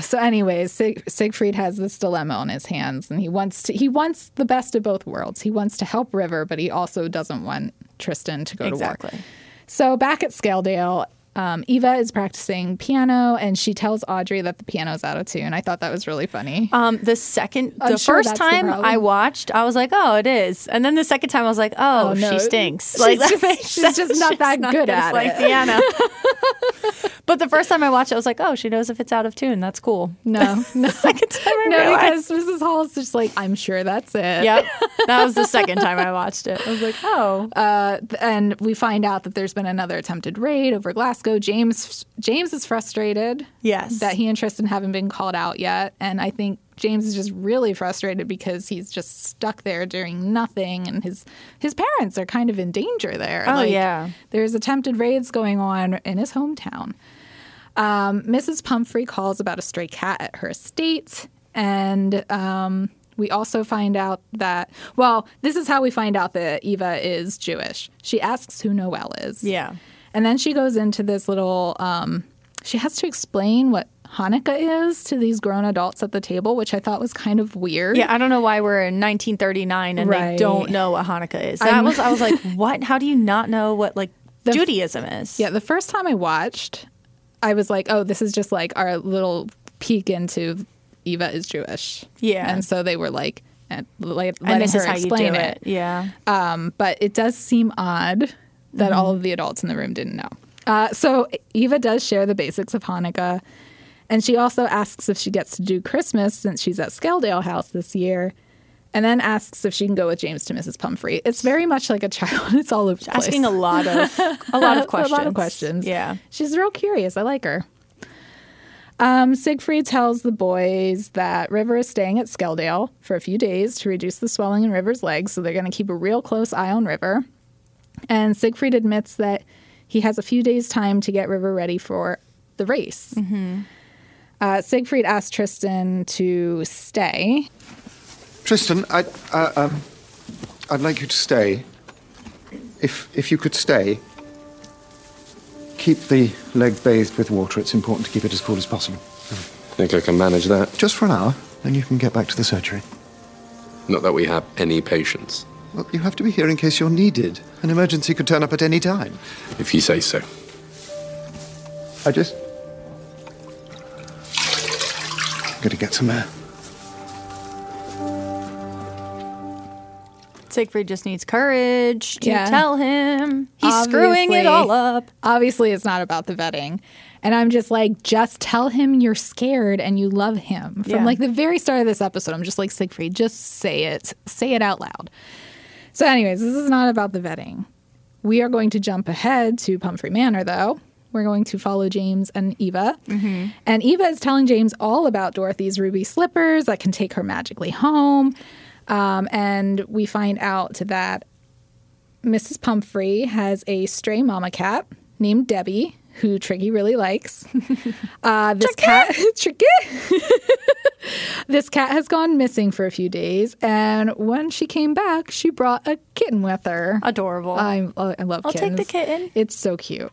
Speaker 2: So, anyways, Sig- Siegfried has this dilemma on his hands, and he wants to he wants the best of both worlds. He wants to help River, but he also doesn't want Tristan to go to
Speaker 1: Exactly.
Speaker 2: war. So, back at Scaledale, um, Eva is practicing piano, and she tells Audrey that the piano's out of tune. I thought that was
Speaker 1: [laughs]
Speaker 2: really funny.
Speaker 1: Um, the second,
Speaker 2: I'm
Speaker 1: the
Speaker 2: sure
Speaker 1: first
Speaker 2: that's the
Speaker 1: time
Speaker 2: problem.
Speaker 1: I watched, I was like, "Oh, it is," and then the second time, I was like, "Oh,
Speaker 2: Oh, no.
Speaker 1: she stinks."
Speaker 2: She's
Speaker 1: Like that
Speaker 2: just-
Speaker 1: makes
Speaker 2: she's
Speaker 1: sense.
Speaker 2: just not that good
Speaker 1: gonna
Speaker 2: at
Speaker 1: play
Speaker 2: it. [laughs]
Speaker 1: piano. but the first time I watched, it, I was like, "Oh, she knows if it's out of tune. That's cool." [laughs]
Speaker 2: No, [laughs] no,
Speaker 1: Second time, I
Speaker 2: [laughs] no,
Speaker 1: realized.
Speaker 2: because Mrs. Hall's just like, I'm sure that's it.
Speaker 1: yep, that was the second time I watched it. I was like,
Speaker 2: [laughs]
Speaker 1: "Oh,
Speaker 2: Uh, th- and we find out that there's been another attempted raid over Glasgow. James James is frustrated.
Speaker 1: Yes.
Speaker 2: that he and Tristan haven't been called out yet, and I think James is just really frustrated because he's just stuck there doing nothing, and his his parents are kind of in danger there.
Speaker 1: Oh, yeah.
Speaker 2: there's attempted raids going on in his hometown. Um, Mrs. Pumphrey calls about a stray cat at her estate, and um, we also find out that well, this is how we find out that Eva is Jewish. She asks who Noel is.
Speaker 1: Yeah.
Speaker 2: and then she goes into this little. Um, she has to explain what Hanukkah is to these grown adults at the table, which I thought was kind of weird.
Speaker 1: Yeah, I don't know why we're in 1939 and
Speaker 2: Right.
Speaker 1: they don't know what Hanukkah is. That was I was like, [laughs] what? How do you not know what like Judaism is?
Speaker 2: Yeah, the first time I watched, I was like, oh, this is just like our little peek into Eva is Jewish.
Speaker 1: Yeah.
Speaker 2: And so they were like, and, like
Speaker 1: and
Speaker 2: letting
Speaker 1: this
Speaker 2: her
Speaker 1: is how you do
Speaker 2: explain
Speaker 1: it. Mm-hmm. Yeah,
Speaker 2: Um, but it does seem odd that all of the adults in the room didn't know. Uh, so Eva does share the basics of Hanukkah. And she also asks if she gets to do Christmas since she's at Scaledale House this year. And then asks if she can go with James to Mrs. Pumphrey. It's very much like a child. [laughs] It's all over the place.
Speaker 1: asking a lot [laughs] of a lot of questions.
Speaker 2: [laughs] A lot of questions.
Speaker 1: Yeah.
Speaker 2: She's real curious. I like her. Um, Siegfried tells the boys that River is staying at Skeldale for a few days to reduce the swelling in River's legs, so they're going to keep a real close eye on River. And Siegfried admits that he has a few days' time to get River ready for the race.
Speaker 1: Mm-hmm.
Speaker 2: Uh, Siegfried asks Tristan to stay.
Speaker 4: Tristan, I'd, uh, um, I'd like you to stay. If, if you could stay, keep the leg bathed with water. It's important to keep it as cool as possible.
Speaker 5: Think I can manage that?
Speaker 4: Just for an hour, then you can get back to the surgery.
Speaker 5: Not that we have any patience.
Speaker 4: Well, you have to be here in case you're needed. An emergency could turn up at any time.
Speaker 5: If you say so.
Speaker 4: I just. I'm going to get some air.
Speaker 1: Siegfried just needs courage to
Speaker 2: Yeah.
Speaker 1: tell him he's screwing it
Speaker 2: Obviously.
Speaker 1: all up.
Speaker 2: Obviously, it's not about the vetting. And I'm just like, just tell him you're scared and you love him. From
Speaker 1: Yeah.
Speaker 2: like the very start of this episode, I'm just like, Siegfried, just say it. Say it out loud. So, anyways, this is not about the vetting. We are going to jump ahead to Pumphrey Manor, though. We're going to follow James and Eva. And Eva is telling James all about Dorothy's ruby slippers that can take her magically home. Um, and we find out that Mrs. Pumphrey has a stray mama cat named Debbie, who Triggy really likes. Uh, this cat, [laughs] Triggy, [laughs] this cat has gone missing for a few days, and when she came back, she brought a kitten with her.
Speaker 1: Adorable.
Speaker 2: I, I love
Speaker 1: I'll
Speaker 2: kittens.
Speaker 1: take the kitten.
Speaker 2: It's so cute.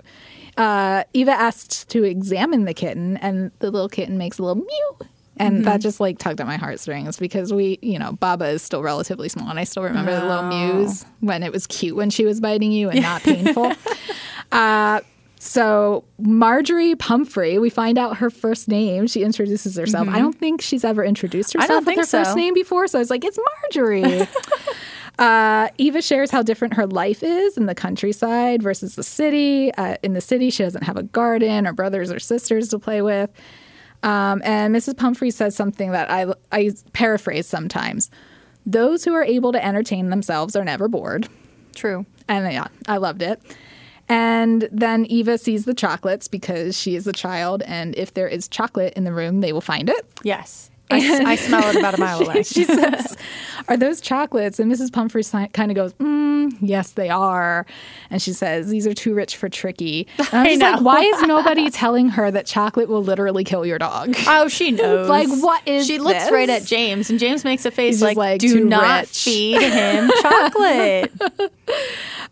Speaker 2: Uh, Eva asks to examine the kitten, and the little kitten makes a little mew. And
Speaker 1: Mm-hmm.
Speaker 2: that just like tugged at my heartstrings because we, you know, Baba is still relatively small, and I still remember the little
Speaker 1: Oh.
Speaker 2: mews when it was cute when she was biting you
Speaker 1: [laughs]
Speaker 2: and not painful. uh, so Marjorie Pumphrey, we find out her first name. She introduces herself. I don't think she's ever introduced herself
Speaker 1: Mm-hmm. don't
Speaker 2: with
Speaker 1: think
Speaker 2: her first
Speaker 1: so.
Speaker 2: name before, so I was like, it's
Speaker 1: [laughs]
Speaker 2: Marjorie. Uh, Eva shares how different her life is in the countryside versus the city. Uh, in the city, she doesn't have a garden or brothers or sisters to play with. Um, and Mrs. Pumphrey says something that I, I paraphrase sometimes those who are able to entertain themselves are never bored.
Speaker 1: True.
Speaker 2: And yeah, I loved it. And then Eva
Speaker 1: [laughs]
Speaker 2: sees the chocolates because she is a child, and if there is chocolate in the room, they will find it. [laughs]
Speaker 1: Yes. I, s- I smell it about a [laughs] mile away.
Speaker 2: she says, Are those chocolates? And Mrs. Pumphrey kind of goes, mm, Yes, they are. And she says, These are too rich for Tricky. And I'm
Speaker 1: [laughs] I
Speaker 2: just like,
Speaker 1: know.
Speaker 2: Why
Speaker 1: [laughs]
Speaker 2: is nobody telling her that chocolate will literally kill your dog?
Speaker 1: Oh, she knows.
Speaker 2: Like, what is
Speaker 1: She looks
Speaker 2: this?
Speaker 1: right at James, and James makes a
Speaker 2: He's
Speaker 1: face
Speaker 2: just
Speaker 1: like,
Speaker 2: like,
Speaker 1: "Do
Speaker 2: too
Speaker 1: not
Speaker 2: rich."
Speaker 1: feed [laughs] him chocolate."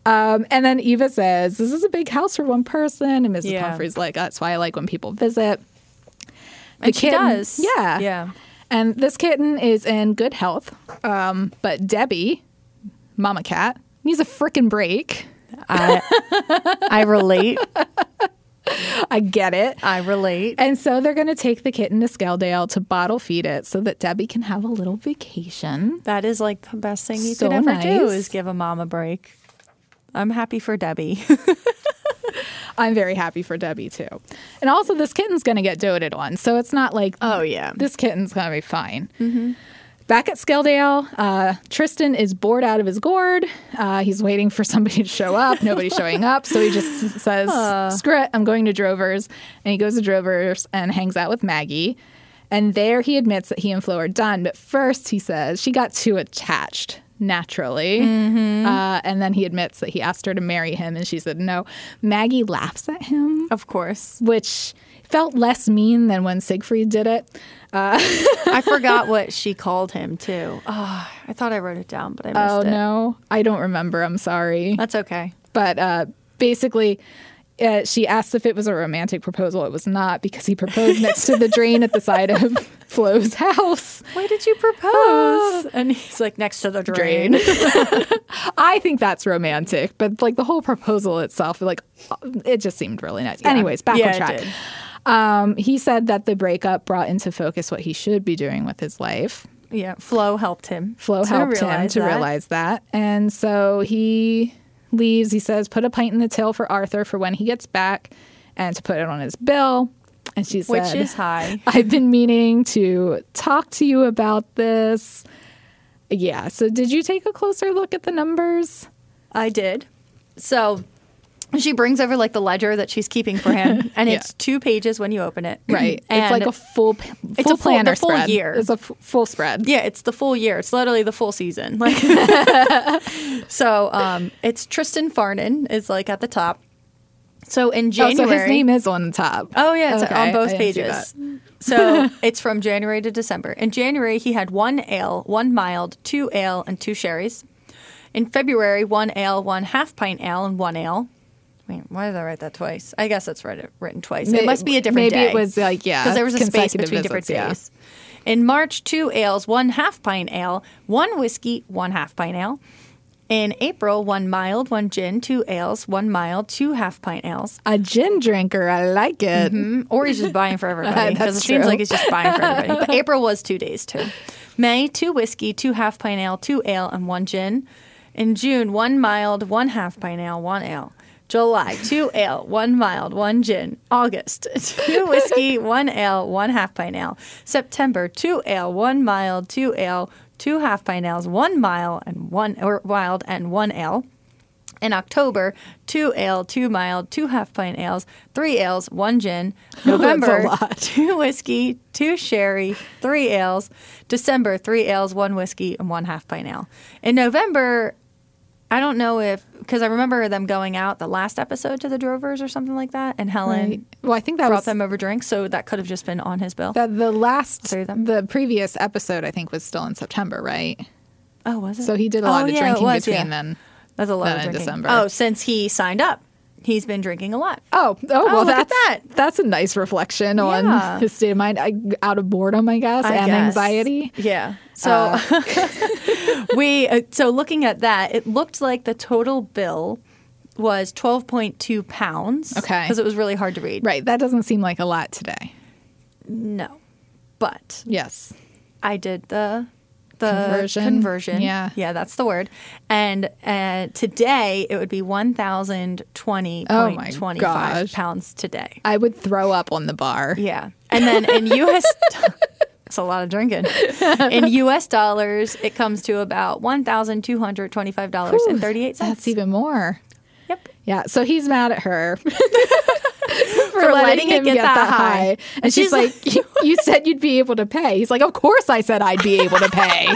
Speaker 2: Um, and then Eva says, This is a big house for one person. And Mrs.
Speaker 1: Yeah.
Speaker 2: Pumphrey's like, That's why I like when people visit.
Speaker 1: and she
Speaker 2: kitten-
Speaker 1: does.
Speaker 2: Yeah.
Speaker 1: yeah.
Speaker 2: And this kitten is in good health. Um, but Debbie, Mama Cat, needs a frickin' break.
Speaker 1: I, I relate.
Speaker 2: I get it.
Speaker 1: I relate.
Speaker 2: And so they're going to take the kitten to Scaledale to bottle feed it so that Debbie can have a little vacation.
Speaker 1: That is like the best thing you
Speaker 2: So
Speaker 1: could ever do
Speaker 2: nice.
Speaker 1: is give a mom a break. I'm happy for Debbie.
Speaker 2: I'm very happy for Debbie too. And also, this kitten's going to get doted on. So it's not like,
Speaker 1: Oh, yeah.
Speaker 2: this kitten's going to be fine. Back at Skeldale, uh, Tristan is bored out of his gourd. Uh, he's waiting for somebody to show up. Nobody's showing up. So he just s- says, screw it, I'm going to Drover's. And he goes to Drover's and hangs out with Maggie. And there he admits that he and Flo are done. But first, he says she got too attached naturally.
Speaker 1: Mm-hmm.
Speaker 2: Uh, and then he admits that he asked her to marry him. And she said no. Maggie laughs at him
Speaker 1: of course.
Speaker 2: which felt less mean than when Siegfried did it.
Speaker 1: I forgot what she called him too. Oh, I thought I wrote it down, but I missed
Speaker 2: Oh
Speaker 1: it.
Speaker 2: no, I don't remember. I'm sorry.
Speaker 1: That's okay.
Speaker 2: But uh, basically, uh, she asked if it was a romantic proposal. It was not because he proposed next to the drain at the side of [laughs] Flo's house.
Speaker 1: Why did you propose? Ah. and he's like next to the drain.
Speaker 2: [laughs] I think that's romantic, but like the whole proposal itself, like uh, it just seemed really nice. Anyways, back
Speaker 1: Yeah,
Speaker 2: on
Speaker 1: it
Speaker 2: track.
Speaker 1: did.
Speaker 2: Um, he said that the breakup brought into focus what he should be doing with his life.
Speaker 1: Yeah, Flo helped him.
Speaker 2: Flo
Speaker 1: to
Speaker 2: helped him to
Speaker 1: that.
Speaker 2: realize that. And so he leaves. He says, put a pint in the till for Arthur for when he gets back and to put it on his bill. And she said,
Speaker 1: which is high.
Speaker 2: [laughs] I've been meaning to talk to you about this. Yeah. So did you take a closer look at the numbers?
Speaker 1: [clears throat] I did. So she brings over like the ledger that she's keeping for
Speaker 2: [laughs]
Speaker 1: him, and
Speaker 2: Yeah.
Speaker 1: it's two pages when you open it. and
Speaker 2: it's like a full, p- full
Speaker 1: a full- the
Speaker 2: planner
Speaker 1: full
Speaker 2: spread.
Speaker 1: year.
Speaker 2: It's a f- full spread.
Speaker 1: Yeah, it's the full year. It's literally the full season.
Speaker 2: [laughs]
Speaker 1: Like, [laughs] so um, it's Tristan Farnan is like at the top. So in
Speaker 2: Oh,
Speaker 1: January,
Speaker 2: so his name is on the top.
Speaker 1: Oh yeah, it's
Speaker 2: Okay,
Speaker 1: on both
Speaker 2: I didn't see that.
Speaker 1: pages.
Speaker 2: [laughs]
Speaker 1: So it's from January to December. In January, he had one ale, one mild, two ale, and two sherries. In February, one ale, one half pint ale, and one ale. Wait, why did I write that twice? I guess that's writ- written twice.
Speaker 2: May-
Speaker 1: it must be a different
Speaker 2: maybe
Speaker 1: day.
Speaker 2: it was, like, yeah,
Speaker 1: because there was a space
Speaker 2: consecutive
Speaker 1: between
Speaker 2: visits,
Speaker 1: different
Speaker 2: yeah.
Speaker 1: days. In March, two ales, one half pint ale, one whiskey, one half pint ale. In April, one mild, one gin, two ales, one mild, two half pint ales.
Speaker 2: A gin drinker. I like it.
Speaker 1: [laughs] Or he's just
Speaker 2: [laughs]
Speaker 1: buying for everybody because it
Speaker 2: That's
Speaker 1: seems
Speaker 2: true.
Speaker 1: like he's just buying for
Speaker 2: [laughs]
Speaker 1: everybody. But April was two days too. May, two whiskey, two half pint ale, two ale, and one gin. In June, one mild, one half pint ale, one ale. July, two ale, one mild, one gin. August, [laughs] two whiskey, one ale, one half pint ale. September, two ale, one mild, two ale, two half pint ales, one mile and one or wild and one ale. In October, two ale, two mild, two half pint ales, three ales, one
Speaker 2: [laughs]
Speaker 1: gin. November, [laughs] two whiskey, two sherry, three ales. December, three ales, one whiskey, and one half pint ale. In November, I don't know if because I remember them going out the last episode to the Drovers or something like that, and Helen
Speaker 2: Right. Well, I think that
Speaker 1: brought
Speaker 2: was
Speaker 1: them over drinks, so that could have just been on his bill.
Speaker 2: The, the last,
Speaker 1: Sorry, them.
Speaker 2: the previous episode, I think, was still in September, right?
Speaker 1: oh, was it?
Speaker 2: So he did a
Speaker 1: Oh,
Speaker 2: lot of
Speaker 1: yeah, it
Speaker 2: drinking
Speaker 1: was,
Speaker 2: between
Speaker 1: yeah.
Speaker 2: then.
Speaker 1: That's a lot
Speaker 2: then
Speaker 1: of
Speaker 2: in
Speaker 1: drinking.
Speaker 2: December.
Speaker 1: Oh, since he signed up, he's been drinking a lot.
Speaker 2: Oh, oh, well,
Speaker 1: look
Speaker 2: that's
Speaker 1: at that.
Speaker 2: that's a nice reflection
Speaker 1: Yeah.
Speaker 2: on his state of mind, I, out of boredom, I guess,
Speaker 1: I
Speaker 2: and
Speaker 1: guess.
Speaker 2: anxiety.
Speaker 1: Yeah. So [laughs] we uh, so looking at that, it looked like the total bill was 12.2 pounds.
Speaker 2: Okay.
Speaker 1: Because it was really hard to read.
Speaker 2: Right, that doesn't seem like a lot today.
Speaker 1: No, but
Speaker 2: Yes,
Speaker 1: I did the the
Speaker 2: Conversion.
Speaker 1: conversion.
Speaker 2: Yeah.
Speaker 1: Yeah, that's the word. And uh, today it would be 1,020.25
Speaker 2: gosh.
Speaker 1: pounds today.
Speaker 2: I would throw up on the bar.
Speaker 1: Yeah. And then
Speaker 2: [laughs]
Speaker 1: in [laughs] US it's a lot of drinking. In US dollars, it comes to about one thousand two hundred twenty five dollars and thirty eight cents.
Speaker 2: That's even more.
Speaker 1: Yep.
Speaker 2: [laughs] Yeah, so he's mad at her. for, letting, him get, that high. And she's,
Speaker 1: She's
Speaker 2: like, "You- you said you'd be able to pay. He's like, of course I said I'd be able
Speaker 1: [laughs]
Speaker 2: to pay.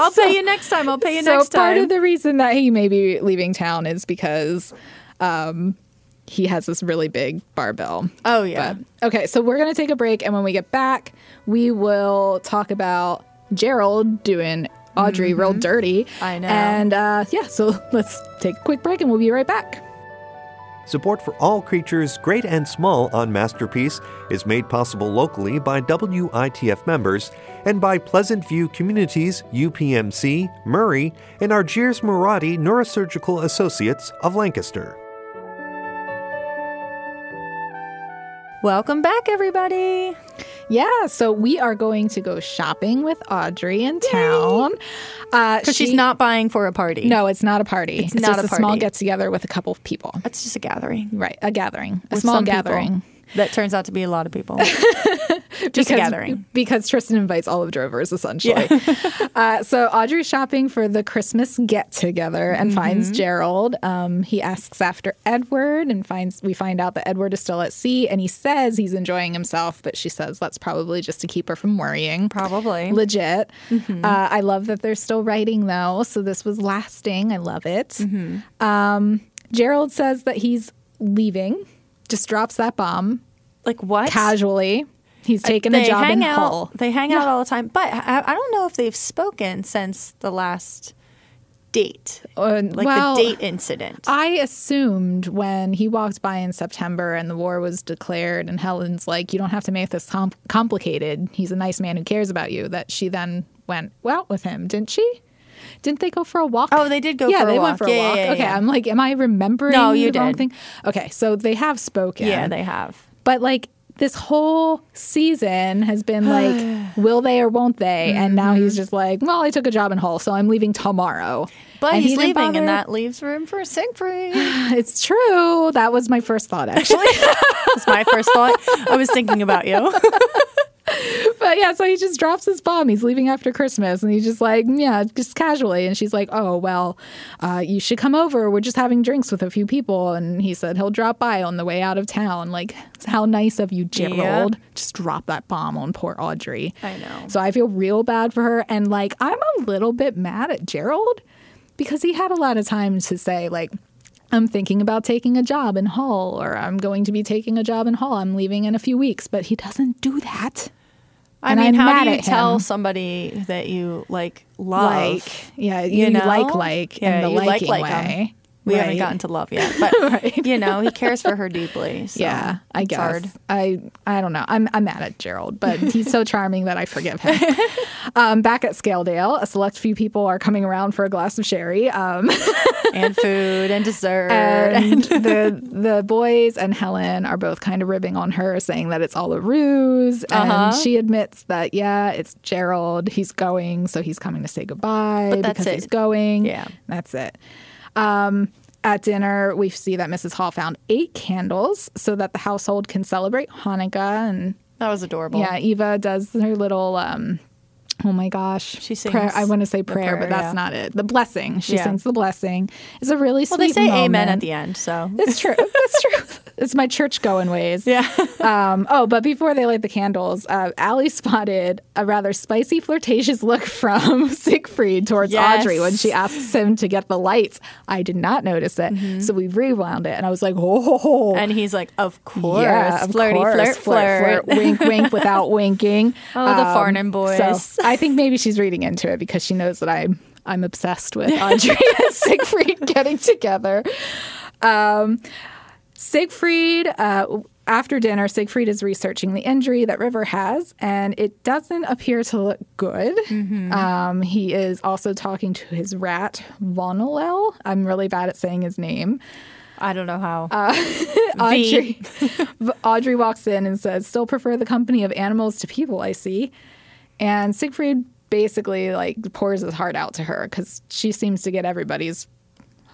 Speaker 1: I'll pay you next time. I'll pay you
Speaker 2: so
Speaker 1: next time.
Speaker 2: part of the reason that he may be leaving town is because um, he has this really big barbell.
Speaker 1: oh yeah.
Speaker 2: But, okay, so we're going to take a break. And when we get back, we will talk about Gerald doing Audrey real dirty.
Speaker 1: Mm-hmm. I know.
Speaker 2: And uh, yeah, so let's take a quick break and we'll be right back.
Speaker 3: Support for all creatures, great and small, on Masterpiece is made possible locally by WITF members and by Pleasant View Communities, UPMC, Murray, and Argiers Murati Neurosurgical Associates of Lancaster.
Speaker 1: Welcome back, everybody.
Speaker 2: Yeah, so we are going to go shopping with Audrey in town. Uh,
Speaker 1: Because she's
Speaker 2: she-
Speaker 1: not buying for a party.
Speaker 2: No, it's not a party. It's,
Speaker 1: not
Speaker 2: just
Speaker 1: a
Speaker 2: a, small
Speaker 1: party.
Speaker 2: get together with a couple of people.
Speaker 1: That's just a gathering.
Speaker 2: Right, a gathering, a
Speaker 1: With
Speaker 2: small
Speaker 1: some people.
Speaker 2: gathering.
Speaker 1: That turns out to be a lot of
Speaker 2: [laughs]
Speaker 1: people. just a gathering.
Speaker 2: because Tristan invites all of Drover's essentially.
Speaker 1: [laughs]
Speaker 2: uh, so Audrey's shopping for the Christmas get together and
Speaker 1: Mm-hmm.
Speaker 2: finds Gerald. Um, he asks after Edward and finds we find out that Edward is still at sea and he says he's enjoying himself, but she says that's probably just to keep her from worrying.
Speaker 1: Probably. Mm-hmm.
Speaker 2: legit. Uh, I love that they're still writing though, so this was lasting. I love it.
Speaker 1: Mm-hmm.
Speaker 2: Um, Gerald says that he's leaving, just drops that bomb
Speaker 1: like what?
Speaker 2: casually. He's taking
Speaker 1: they
Speaker 2: a job
Speaker 1: hang
Speaker 2: in
Speaker 1: out.
Speaker 2: Hull.
Speaker 1: They hang out all the time, but I, I don't know if they've spoken since the last date,
Speaker 2: Uh,
Speaker 1: like
Speaker 2: well,
Speaker 1: the date incident.
Speaker 2: I assumed when he walked by in September and the war was declared, and Helen's like, "You don't have to make this com- complicated. He's a nice man who cares about you." That she then went out with him, didn't she? Didn't they go for a walk?
Speaker 1: Oh, they did go
Speaker 2: Yeah,
Speaker 1: for a
Speaker 2: they went
Speaker 1: walk.
Speaker 2: for a
Speaker 1: Yeah, yeah,
Speaker 2: walk.
Speaker 1: yeah,
Speaker 2: okay,
Speaker 1: yeah.
Speaker 2: I'm like, am I remembering?
Speaker 1: No, you
Speaker 2: the wrong
Speaker 1: did.
Speaker 2: Thing? Okay, so they have spoken.
Speaker 1: yeah, they have.
Speaker 2: But like this whole season
Speaker 1: [sighs]
Speaker 2: has been like, will they or won't they? And now
Speaker 1: Mm-hmm.
Speaker 2: he's just like, well, I took a job in Hull, so I'm leaving tomorrow.
Speaker 1: But
Speaker 2: And he
Speaker 1: he's
Speaker 2: didn't
Speaker 1: leaving,
Speaker 2: bother-
Speaker 1: and that leaves room for [laughs] Siegfried.
Speaker 2: [laughs] It's true. That was my first
Speaker 1: [laughs]
Speaker 2: thought, actually.
Speaker 1: That's my first thought. I was thinking about [laughs] you.
Speaker 2: [laughs] but yeah, so he just drops his bomb. He's leaving after Christmas, and he's just like, "Mm, yeah, just casually. And she's like, oh well, uh, you should come over. We're just having drinks with a few people. And he said he'll drop by on the way out of town. Like, how nice of you, Gerald. Just drop that bomb on poor Audrey.
Speaker 1: I know.
Speaker 2: So I feel real bad for her, and like I'm a little bit mad at Gerald because he had a lot of time to say like. I'm thinking about taking a job in Hull, or I'm going to be taking a job in Hull. I'm leaving in a few weeks, but he doesn't do that.
Speaker 1: I
Speaker 2: And
Speaker 1: mean,
Speaker 2: I'm
Speaker 1: how
Speaker 2: mad
Speaker 1: do you
Speaker 2: at
Speaker 1: tell
Speaker 2: him.
Speaker 1: somebody that you like love?
Speaker 2: like yeah you,
Speaker 1: you know,
Speaker 2: like like in the
Speaker 1: you
Speaker 2: liking
Speaker 1: him.
Speaker 2: way
Speaker 1: We haven't
Speaker 2: Right.
Speaker 1: gotten to love
Speaker 2: [laughs]
Speaker 1: yet, but you know, he cares for her deeply. So
Speaker 2: yeah i
Speaker 1: it's
Speaker 2: guess
Speaker 1: hard.
Speaker 2: i i don't know i'm i'm mad at gerald but he's
Speaker 1: [laughs]
Speaker 2: so charming that i forgive him um back at scaledale a select few people are coming around for a glass of sherry um
Speaker 1: and food and dessert.
Speaker 2: and the the boys and helen are both kind of ribbing on her saying that it's all a ruse and
Speaker 1: Uh-huh.
Speaker 2: she admits that yeah it's gerald he's going so he's coming to say goodbye
Speaker 1: But that's
Speaker 2: because he's
Speaker 1: it.
Speaker 2: going
Speaker 1: Yeah.
Speaker 2: that's it Um, at dinner, we see that Mrs. Hall found eight candles so that the household can celebrate Hanukkah. And
Speaker 1: [laughs] that was adorable.
Speaker 2: yeah, Eva does her little, um, oh my gosh,
Speaker 1: She sings
Speaker 2: prayer. I want to say
Speaker 1: the
Speaker 2: prayer,
Speaker 1: prayer,
Speaker 2: but that's
Speaker 1: yeah.
Speaker 2: not it. The blessing. She
Speaker 1: Yeah.
Speaker 2: sings the blessing. It's a really
Speaker 1: Well,
Speaker 2: sweet.
Speaker 1: they say amen
Speaker 2: moment.
Speaker 1: at the end,
Speaker 2: [laughs]
Speaker 1: so
Speaker 2: It's true. That's true. [laughs] It's my church going ways.
Speaker 1: Yeah.
Speaker 2: Um, oh, but before they light the candles, uh, Allie spotted a rather spicy, flirtatious look from [laughs] Siegfried towards
Speaker 1: Yes.
Speaker 2: Audrey when she asks him to get the lights. I did not notice it. So we rewound it and I was like, oh, ho, ho.
Speaker 1: and he's like, "Of course,
Speaker 2: yeah, of
Speaker 1: flirty,
Speaker 2: course.
Speaker 1: flirt, flirt."
Speaker 2: wink,
Speaker 1: [laughs]
Speaker 2: wink without winking. Um,
Speaker 1: Oh, the Farnham boys.
Speaker 2: So I think maybe she's reading into it because she knows that I'm I'm obsessed
Speaker 1: [laughs]
Speaker 2: with Audrey and Siegfried getting together. Um, Siegfried, uh, after dinner, Siegfried is researching the injury that River has, and it doesn't appear to look good.
Speaker 1: Mm-hmm.
Speaker 2: Um, he is also talking to his rat, Vonalel. I'm really bad at saying his name.
Speaker 1: I don't know how.
Speaker 2: Audrey, Audrey [laughs] walks in and says, "Still prefer the company of animals to people, I see." And Siegfried basically like pours his heart out to her because she seems to get everybody's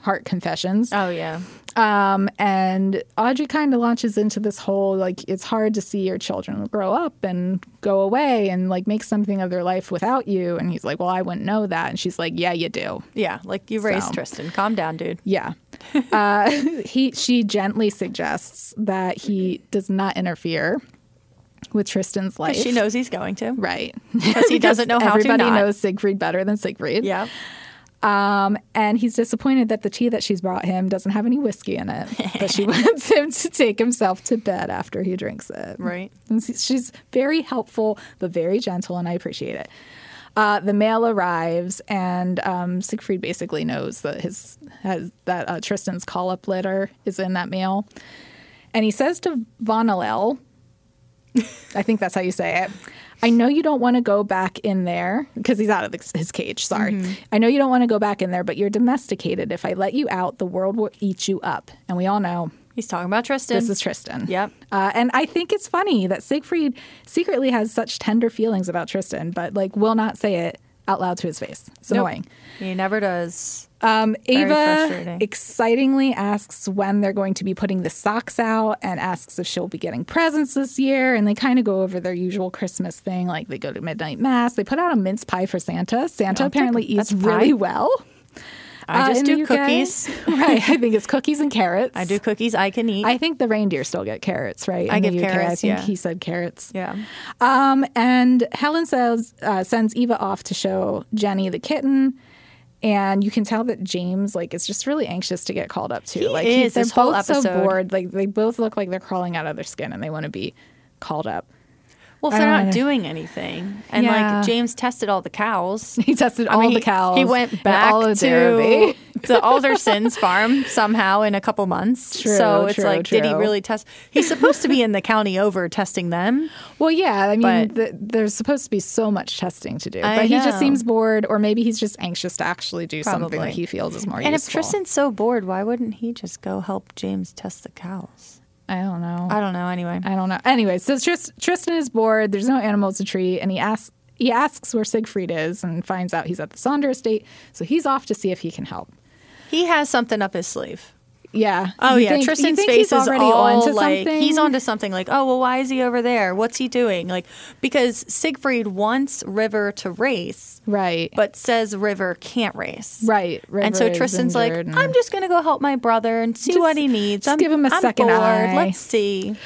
Speaker 2: heart confessions.
Speaker 1: Oh, yeah.
Speaker 2: Um, and Audrey kind of launches into this whole like it's hard to see your children grow up and go away and like make something of their life without you. And he's like, Well, I wouldn't know that. And she's like, Yeah, you do.
Speaker 1: Yeah. Like you raised
Speaker 2: So.
Speaker 1: Tristan. Calm down, dude.
Speaker 2: Yeah. Uh, [laughs] he she gently suggests that he does not interfere with Tristan's life.
Speaker 1: She knows he's going [laughs] to.
Speaker 2: right?
Speaker 1: Because he doesn't know how to
Speaker 2: everybody
Speaker 1: not.
Speaker 2: knows Siegfried better than Siegfried.
Speaker 1: Yeah.
Speaker 2: Um, and he's disappointed that the tea that she's brought him doesn't have any whiskey in it. But she [laughs] wants him to take himself to bed after he drinks it.
Speaker 1: Right.
Speaker 2: And she- she's very helpful, but very gentle, and I appreciate it. Uh, the mail arrives, and um, Siegfried basically knows that his has that uh, Tristan's call up letter is in that mail, and he says to Vonalel, I think that's how you say it. I know you don't want to go back in there because he's out of the- his cage. Sorry.
Speaker 1: Mm-hmm.
Speaker 2: I know you don't want to go back in there, but you're domesticated. If I let you out, the world will eat you up. And we all know
Speaker 1: He's talking about Tristan.
Speaker 2: this is Tristan.
Speaker 1: Yep.
Speaker 2: Uh, and I think it's funny that Siegfried secretly has such tender feelings about Tristan, but like will not say it out loud to his face. It's
Speaker 1: Nope.
Speaker 2: annoying.
Speaker 1: He never does.
Speaker 2: Um, Ava
Speaker 1: frustrating.
Speaker 2: excitingly asks when they're going to be putting the socks out and asks if she'll be getting presents this year. And they kind of go over their usual Christmas thing. Like they go to midnight mass. They put out a mince pie for Santa. Santa
Speaker 1: I'll take
Speaker 2: apparently
Speaker 1: it.
Speaker 2: eats
Speaker 1: Oh, That's
Speaker 2: really
Speaker 1: fine.
Speaker 2: well.
Speaker 1: I
Speaker 2: uh,
Speaker 1: just
Speaker 2: in the
Speaker 1: do
Speaker 2: UK.
Speaker 1: cookies.
Speaker 2: [laughs]
Speaker 1: [laughs]
Speaker 2: right. I think it's cookies and carrots.
Speaker 1: I do cookies I can eat.
Speaker 2: I think the reindeer still get carrots, right?
Speaker 1: I
Speaker 2: in the
Speaker 1: give
Speaker 2: UK. I
Speaker 1: carrots,
Speaker 2: think
Speaker 1: yeah.
Speaker 2: he said carrots.
Speaker 1: yeah.
Speaker 2: Um, and Helen says, uh, sends Eva off to show Jenny the kitten. And you can tell that James, like, is just really anxious to get called up to.
Speaker 1: He
Speaker 2: like,
Speaker 1: is,
Speaker 2: they're
Speaker 1: this whole
Speaker 2: both so
Speaker 1: episode.
Speaker 2: bored. Like, they both look like they're crawling out of their skin and they want to be called up.
Speaker 1: Well,
Speaker 2: I
Speaker 1: if they're
Speaker 2: don't
Speaker 1: not
Speaker 2: know.
Speaker 1: doing anything, and
Speaker 2: Yeah.
Speaker 1: like James tested all the cows.
Speaker 2: He tested
Speaker 1: I
Speaker 2: all
Speaker 1: mean, [laughs]
Speaker 2: the
Speaker 1: he-
Speaker 2: cows.
Speaker 1: He went
Speaker 2: and
Speaker 1: back
Speaker 2: all of
Speaker 1: to
Speaker 2: Derby.
Speaker 1: [laughs] the Alderson's farm somehow in a couple months.
Speaker 2: True,
Speaker 1: so it's
Speaker 2: true,
Speaker 1: like, did he
Speaker 2: true.
Speaker 1: really test? He's supposed to be in the county over testing them.
Speaker 2: Well, yeah. I mean,
Speaker 1: But-
Speaker 2: th- there's supposed to be so much testing to do,
Speaker 1: I
Speaker 2: but he just
Speaker 1: know.
Speaker 2: seems bored, or maybe he's just anxious to actually do something
Speaker 1: Probably.
Speaker 2: that he feels is more
Speaker 1: And if
Speaker 2: useful.
Speaker 1: Tristan's so bored, why wouldn't he just go help James test the cows?
Speaker 2: I don't know.
Speaker 1: I don't know. Anyway,
Speaker 2: I don't know. Anyway, so Trist- Tristan is bored. There's no animals to treat, and he asks he asks where Siegfried is, and finds out he's at the Sonder estate. So he's off to see if he can help.
Speaker 1: he has something up his sleeve.
Speaker 2: Yeah.
Speaker 1: Oh
Speaker 2: You
Speaker 1: yeah,
Speaker 2: think- you
Speaker 1: Tristan's
Speaker 2: think
Speaker 1: face
Speaker 2: he's
Speaker 1: is
Speaker 2: already
Speaker 1: all
Speaker 2: onto
Speaker 1: like
Speaker 2: something?
Speaker 1: he's onto something. Like, oh well, why is he over there? What's he doing? Like, because Siegfried wants River to race,
Speaker 2: right.
Speaker 1: but says River can't race.
Speaker 2: right.
Speaker 1: and so
Speaker 2: River is
Speaker 1: Tristan's like,
Speaker 2: injured and-
Speaker 1: I'm just gonna go help my brother and see
Speaker 2: Just-
Speaker 1: what he needs.
Speaker 2: just
Speaker 1: I'm,
Speaker 2: give him a
Speaker 1: I'm
Speaker 2: second
Speaker 1: bored.
Speaker 2: eye."
Speaker 1: Let's [laughs] see.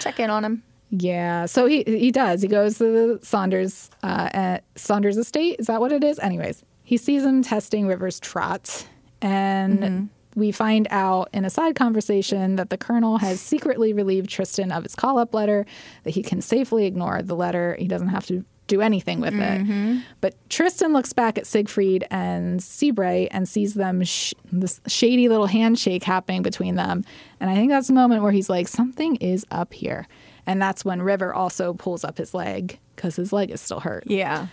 Speaker 1: Check in on him.
Speaker 2: yeah. So he he does. He goes to the Saunders uh, at Saunders estate. Is that what it is? Anyways, he sees him testing River's trot, and. We find out in a side conversation that the colonel has secretly relieved Tristan of his call up letter, that he can safely ignore the letter. He doesn't have to do anything with it. But Tristan looks back at Siegfried and Seabray and sees them, sh- this shady little handshake happening between them. And I think that's the moment where he's like, something is up here. And that's when River also pulls up his leg because his leg is still hurt.
Speaker 1: Yeah.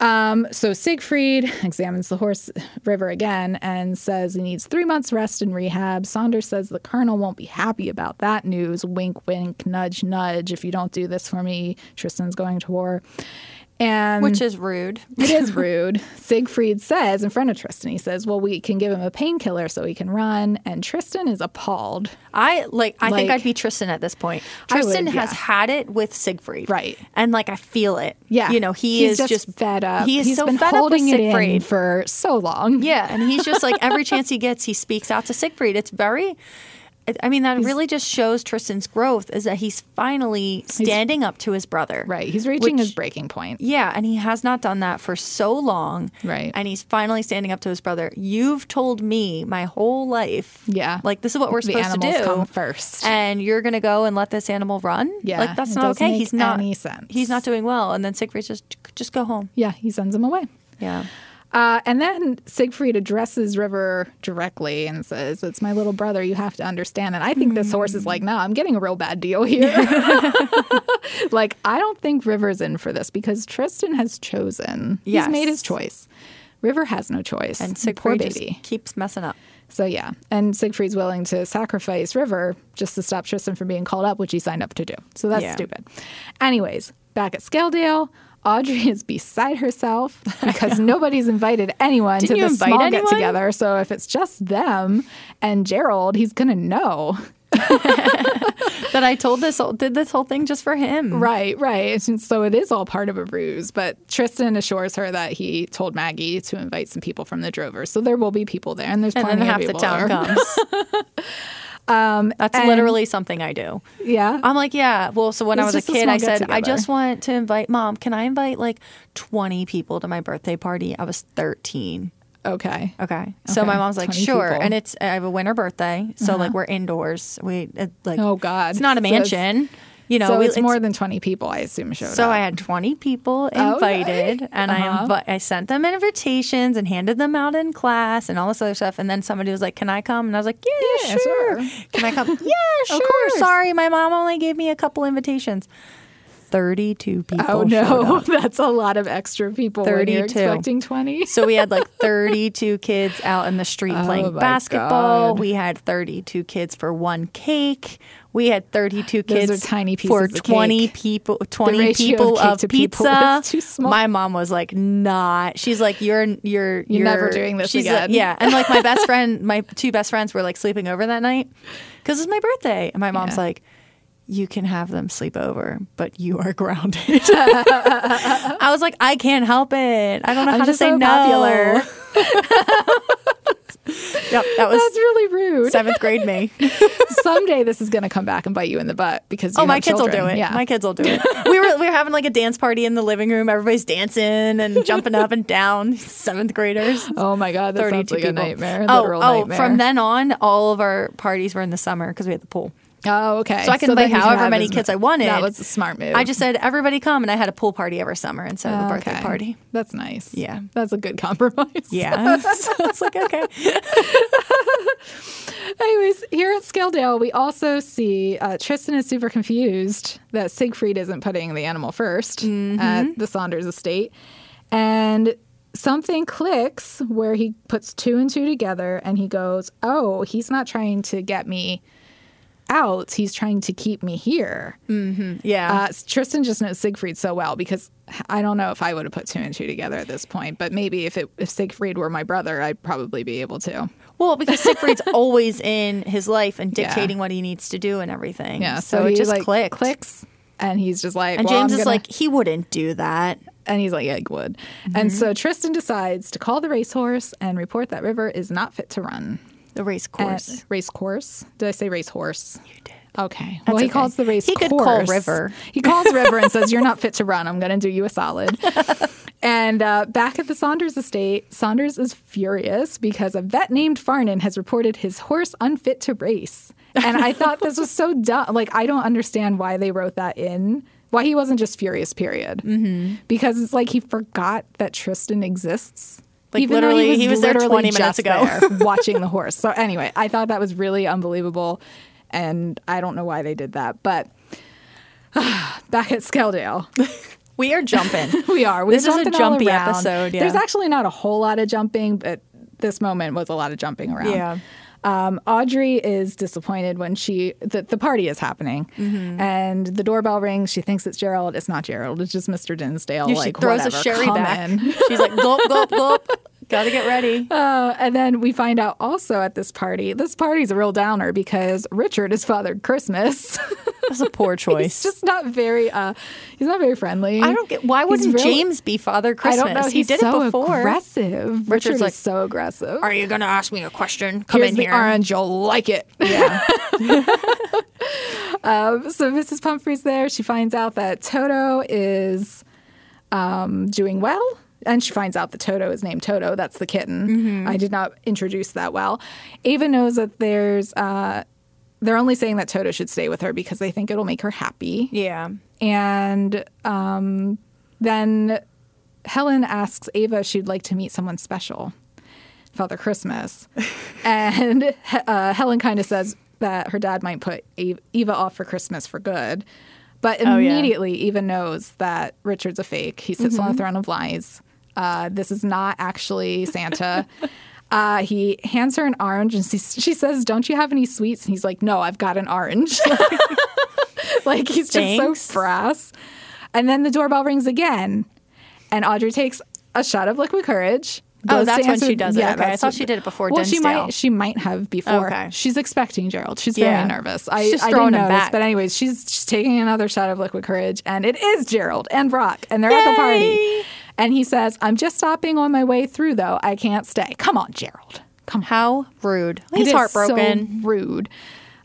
Speaker 2: Um, so Siegfried [laughs] examines the horse river again and says he needs three months rest and rehab. Saunders says the colonel won't be happy about that news. Wink, wink, nudge, nudge. If you don't do this for me, Tristan's going to war. And
Speaker 1: Which is rude.
Speaker 2: it is
Speaker 1: [laughs]
Speaker 2: rude. Siegfried says in front of Tristan, he says, "Well, we can give him a painkiller so he can run." And Tristan is appalled.
Speaker 1: I like. I think
Speaker 2: Like-
Speaker 1: I'd be Tristan at this point.
Speaker 2: I would,
Speaker 1: Tristan has
Speaker 2: yeah.
Speaker 1: had it with Siegfried,
Speaker 2: Right.
Speaker 1: And like I feel it.
Speaker 2: Yeah,
Speaker 1: you know he
Speaker 2: he's
Speaker 1: is
Speaker 2: just, fed up.
Speaker 1: He is
Speaker 2: He's
Speaker 1: so
Speaker 2: been
Speaker 1: fed up with
Speaker 2: holding it in
Speaker 1: Siegfried.
Speaker 2: for so long.
Speaker 1: yeah, and he's just like every chance he gets, he speaks out to Siegfried. It's very. I- I mean, that really just shows Tristan's growth is that he's finally standing up to his brother.
Speaker 2: Right. He's reaching
Speaker 1: Which-
Speaker 2: his breaking point.
Speaker 1: Yeah, and he has not done that for so long.
Speaker 2: Right.
Speaker 1: And he's finally standing up to his brother. You've told me my whole life.
Speaker 2: Yeah.
Speaker 1: Like this is what we're
Speaker 2: The
Speaker 1: supposed to
Speaker 2: animals
Speaker 1: do.
Speaker 2: come first.
Speaker 1: And you're gonna go and let this animal run?
Speaker 2: Yeah,
Speaker 1: Like that's
Speaker 2: it
Speaker 1: not
Speaker 2: doesn't
Speaker 1: okay.
Speaker 2: make
Speaker 1: he's not
Speaker 2: any sense.
Speaker 1: He's not doing well. And then Siegfried's just just go home.
Speaker 2: Yeah, he sends him away.
Speaker 1: Yeah.
Speaker 2: Uh, and then Siegfried addresses River directly and says, It's my little brother. You have to understand. And I think this horse is like, No, I'm getting a real bad deal [laughs] here. like, I don't think River's in for this because Tristan has chosen.
Speaker 1: Yes.
Speaker 2: He's made his choice. River has no choice.
Speaker 1: And
Speaker 2: Poor
Speaker 1: Siegfried just
Speaker 2: baby.
Speaker 1: keeps messing [laughs] up.
Speaker 2: So, yeah. And Siegfried's willing to sacrifice River just to stop Tristan from being called up, which he signed up to do. So that's
Speaker 1: Yeah.
Speaker 2: stupid. Anyways, back at Scaledale, Audrey is beside
Speaker 1: [laughs]
Speaker 2: herself because nobody's invited anyone
Speaker 1: Didn't
Speaker 2: to
Speaker 1: you
Speaker 2: this
Speaker 1: invite
Speaker 2: small
Speaker 1: anyone?
Speaker 2: get together. So if it's just them and Gerald, he's gonna
Speaker 1: [laughs]
Speaker 2: know.
Speaker 1: that I told this whole, did this whole thing just for him.
Speaker 2: Right, right. And so it is all part of a ruse. But Tristan assures her that he told Maggie to invite some people from the Drovers. So there will be people there, and there's
Speaker 1: And
Speaker 2: plenty
Speaker 1: then
Speaker 2: of
Speaker 1: half the
Speaker 2: people
Speaker 1: town
Speaker 2: there.
Speaker 1: comes. [laughs] um, That's
Speaker 2: and-
Speaker 1: literally something I do.
Speaker 2: [laughs] Yeah.
Speaker 1: I'm like, yeah. Well, so when I
Speaker 2: It's
Speaker 1: was a
Speaker 2: just a
Speaker 1: kid,
Speaker 2: small
Speaker 1: I said, I
Speaker 2: get-together.
Speaker 1: just want to invite mom. Can I invite like 20 people to my birthday party? I was 13.
Speaker 2: okay.
Speaker 1: Okay. So my
Speaker 2: Okay,
Speaker 1: mom's like,
Speaker 2: 20
Speaker 1: sure.
Speaker 2: people. Uh-huh.
Speaker 1: And it's, I have a winter birthday. So like we're indoors. We, it, like,
Speaker 2: Oh, God.
Speaker 1: It's not a
Speaker 2: So it's-
Speaker 1: mansion. you know,
Speaker 2: so
Speaker 1: we-
Speaker 2: it's, more than twenty people, I assume. Showed
Speaker 1: So
Speaker 2: up.
Speaker 1: I had 20 people
Speaker 2: Okay.
Speaker 1: invited, and I
Speaker 2: Uh-huh.
Speaker 1: inv- I sent them invitations and handed them out in class and all this other stuff. And then somebody was like, "Can I come?" And I was like, "Yeah,
Speaker 2: Yeah,
Speaker 1: sure.
Speaker 2: sure.
Speaker 1: Can I
Speaker 2: [laughs]
Speaker 1: come?" yeah, sure.
Speaker 2: course.
Speaker 1: Sorry, my mom only gave me a couple invitations. 32 people.
Speaker 2: Oh
Speaker 1: showed
Speaker 2: [laughs] no,
Speaker 1: up.
Speaker 2: that's a lot of extra people. When you're
Speaker 1: 32.
Speaker 2: expecting twenty.
Speaker 1: So we had like 32 kids out in the
Speaker 2: [laughs]
Speaker 1: street
Speaker 2: Oh my
Speaker 1: playing basketball.
Speaker 2: God.
Speaker 1: We had 32 kids for one cake. We had 32
Speaker 2: Those
Speaker 1: kids
Speaker 2: are tiny
Speaker 1: for
Speaker 2: pieces of
Speaker 1: 20
Speaker 2: cake.
Speaker 1: people 20
Speaker 2: ratio
Speaker 1: people
Speaker 2: of cake
Speaker 1: of
Speaker 2: to
Speaker 1: pizza.
Speaker 2: people is too small.
Speaker 1: My mom was like, "Not." She's like, "You're you're you're,
Speaker 2: never doing this
Speaker 1: she's like-
Speaker 2: again.
Speaker 1: yeah, and like my
Speaker 2: [laughs]
Speaker 1: best friend, my two best friends were like sleeping over that night cuz it's my birthday. And my mom's
Speaker 2: Yeah.
Speaker 1: like, "You can have them sleep over, but you are [laughs] grounded." I was like, "I can't help it. I don't know
Speaker 2: I'm
Speaker 1: how to
Speaker 2: just
Speaker 1: say
Speaker 2: so
Speaker 1: no."
Speaker 2: popular.
Speaker 1: [laughs] yep, that was
Speaker 2: That's really rude.
Speaker 1: seventh grade me.
Speaker 2: [laughs]
Speaker 1: Oh,
Speaker 2: Someday this is going to come back and bite you in the butt because you
Speaker 1: oh, my
Speaker 2: have
Speaker 1: kids will
Speaker 2: children.
Speaker 1: do it.
Speaker 2: Yeah.
Speaker 1: My kids will do it. We were we were having like a dance party in the living room. Everybody's dancing and jumping up and down. [laughs] Seventh graders.
Speaker 2: Oh my god, that sounds
Speaker 1: 32
Speaker 2: like a
Speaker 1: people.
Speaker 2: nightmare.
Speaker 1: oh,
Speaker 2: literal
Speaker 1: oh,
Speaker 2: nightmare.
Speaker 1: from then on, all of our parties were in the summer because we had the pool.
Speaker 2: Oh, okay.
Speaker 1: So I could
Speaker 2: then
Speaker 1: invite
Speaker 2: you
Speaker 1: however
Speaker 2: have
Speaker 1: many
Speaker 2: as
Speaker 1: kids
Speaker 2: mu-
Speaker 1: I wanted.
Speaker 2: That was a smart move.
Speaker 1: I just said everybody come, and I had a pool party every summer instead of a birthday
Speaker 2: Oh, Okay.
Speaker 1: party.
Speaker 2: That's nice.
Speaker 1: Yeah.
Speaker 2: That's a good compromise.
Speaker 1: Yeah, [laughs] so it's like
Speaker 2: [laughs]
Speaker 1: okay.
Speaker 2: Anyways, here at Scaledale, we also see uh, Tristan is super confused that Siegfried isn't putting the animal 1st at the Saunders estate. And something clicks where he puts two and two together and he goes, Oh, he's not trying to get me out. He's trying to keep me here.
Speaker 1: Yeah,
Speaker 2: Uh, Tristan just knows Siegfried so well because I don't know if I would have put two and two together at this point, but maybe if, it, if Siegfried were my brother, I'd probably be able to.
Speaker 1: Well, because
Speaker 2: [laughs]
Speaker 1: Siegfried's always in his life and
Speaker 2: Yeah.
Speaker 1: dictating what he needs to do and everything.
Speaker 2: Yeah,
Speaker 1: so,
Speaker 2: so,
Speaker 1: it
Speaker 2: he,
Speaker 1: just
Speaker 2: like,
Speaker 1: clicked.
Speaker 2: clicks, and he's just like,
Speaker 1: And
Speaker 2: well,
Speaker 1: James
Speaker 2: I'm
Speaker 1: is
Speaker 2: gonna-
Speaker 1: like, he wouldn't do that.
Speaker 2: and he's like, yeah, I would.
Speaker 1: Mm-hmm.
Speaker 2: And so Tristan decides to call the racehorse and report that River is not fit to run.
Speaker 1: The race course.
Speaker 2: Race Racecourse? Did I say racehorse? Uh, You did. Okay.
Speaker 1: That's
Speaker 2: well, he
Speaker 1: okay.
Speaker 2: calls the race.
Speaker 1: He could call
Speaker 2: course.
Speaker 1: River.
Speaker 2: He calls River and says,
Speaker 1: [laughs]
Speaker 2: "You're not fit to run. I'm going to do you a solid." and uh, back at the Saunders estate, Saunders is furious because a vet named Farnan has reported his horse unfit to race. And I thought this
Speaker 1: [laughs]
Speaker 2: was so dumb. Like, I don't understand why they wrote that in. Why he wasn't just furious, period. Mm-hmm. Because it's like he forgot that Tristan exists.
Speaker 1: Like,
Speaker 2: though
Speaker 1: literally, he was there 20 minutes
Speaker 2: just
Speaker 1: ago.
Speaker 2: there
Speaker 1: [laughs]
Speaker 2: watching the horse. So anyway, I thought that was really unbelievable, and I don't know why they did that. But [sighs] back at Skeldale, [laughs]
Speaker 1: We are jumping.
Speaker 2: we are. We're
Speaker 1: This is a
Speaker 2: jumping all
Speaker 1: jumpy
Speaker 2: around.
Speaker 1: episode, yeah.
Speaker 2: There's actually not a whole lot of jumping, but this moment was a lot of jumping around.
Speaker 1: Yeah.
Speaker 2: Um, Audrey is disappointed when she the, the party is happening
Speaker 1: Mm-hmm.
Speaker 2: and the doorbell rings. She thinks it's Gerald. It's not Gerald. It's just Mr. Dinsdale.
Speaker 1: she
Speaker 2: like
Speaker 1: throws
Speaker 2: whatever.
Speaker 1: a sherry
Speaker 2: Come
Speaker 1: back.
Speaker 2: in.
Speaker 1: [laughs] She's like, gulp, gulp,
Speaker 2: [laughs]
Speaker 1: gulp. Gotta get [laughs] ready.
Speaker 2: Uh, and then we find out also at this party, this party's a real downer because Richard has fathered Christmas. [laughs]
Speaker 1: That's a poor choice.
Speaker 2: he's just not very, uh, he's not very friendly.
Speaker 1: I don't get why
Speaker 2: He's
Speaker 1: wouldn't
Speaker 2: really-
Speaker 1: James be Father
Speaker 2: I
Speaker 1: Christmas?
Speaker 2: don't know.
Speaker 1: He
Speaker 2: he's
Speaker 1: did
Speaker 2: so
Speaker 1: it before.
Speaker 2: Aggressive. Richard's
Speaker 1: like,
Speaker 2: like so aggressive.
Speaker 1: Are you gonna ask me a question? Come
Speaker 2: Here's
Speaker 1: in
Speaker 2: the
Speaker 1: here.
Speaker 2: orange. You'll like it. [laughs]
Speaker 1: [laughs]
Speaker 2: um, so Mrs. Pumphrey's there. She finds out that Toto is um, doing well. And she finds out that Toto is named Toto. That's the kitten.
Speaker 1: Mm-hmm.
Speaker 2: I did not introduce that well. Ava knows that there's. Uh, they're only saying that Toto should stay with her because they think it'll make her happy.
Speaker 1: Yeah.
Speaker 2: And um, then Helen asks Ava if she'd like to meet someone special, Father Christmas. and uh, Helen kind of says that her dad might put Ava Eva off for Christmas for good. But
Speaker 1: yeah.
Speaker 2: immediately, Eva knows that Richard's a fake. He sits on a throne of lies. Uh, this is not actually Santa. Uh, he hands her an orange and she, she says, Don't you have any sweets? And he's like, No, I've got an orange. [laughs] like, he's just
Speaker 1: Thanks.
Speaker 2: so brass. And then the doorbell rings again. and Audrey takes a shot of liquid courage.
Speaker 1: Oh,
Speaker 2: goes to
Speaker 1: that's when
Speaker 2: answer-
Speaker 1: she does it. Okay, I
Speaker 2: that's
Speaker 1: thought
Speaker 2: what-
Speaker 1: she did it before
Speaker 2: Well, she
Speaker 1: Dinsdale.
Speaker 2: might. She might have before.
Speaker 1: Okay.
Speaker 2: She's expecting Gerald. She's
Speaker 1: Yeah.
Speaker 2: very nervous. I,
Speaker 1: She's just
Speaker 2: I
Speaker 1: throwing
Speaker 2: didn't
Speaker 1: him
Speaker 2: notice,
Speaker 1: back.
Speaker 2: but anyways, she's she's taking another shot of liquid courage, and it is Gerald and Brock, and they're at the
Speaker 1: Yay!
Speaker 2: party. And he says, "I'm just stopping on my way through, though. I can't stay. Come on, Gerald. Come on."
Speaker 1: How rude. He's
Speaker 2: Um, It is
Speaker 1: heartbroken.
Speaker 2: So rude.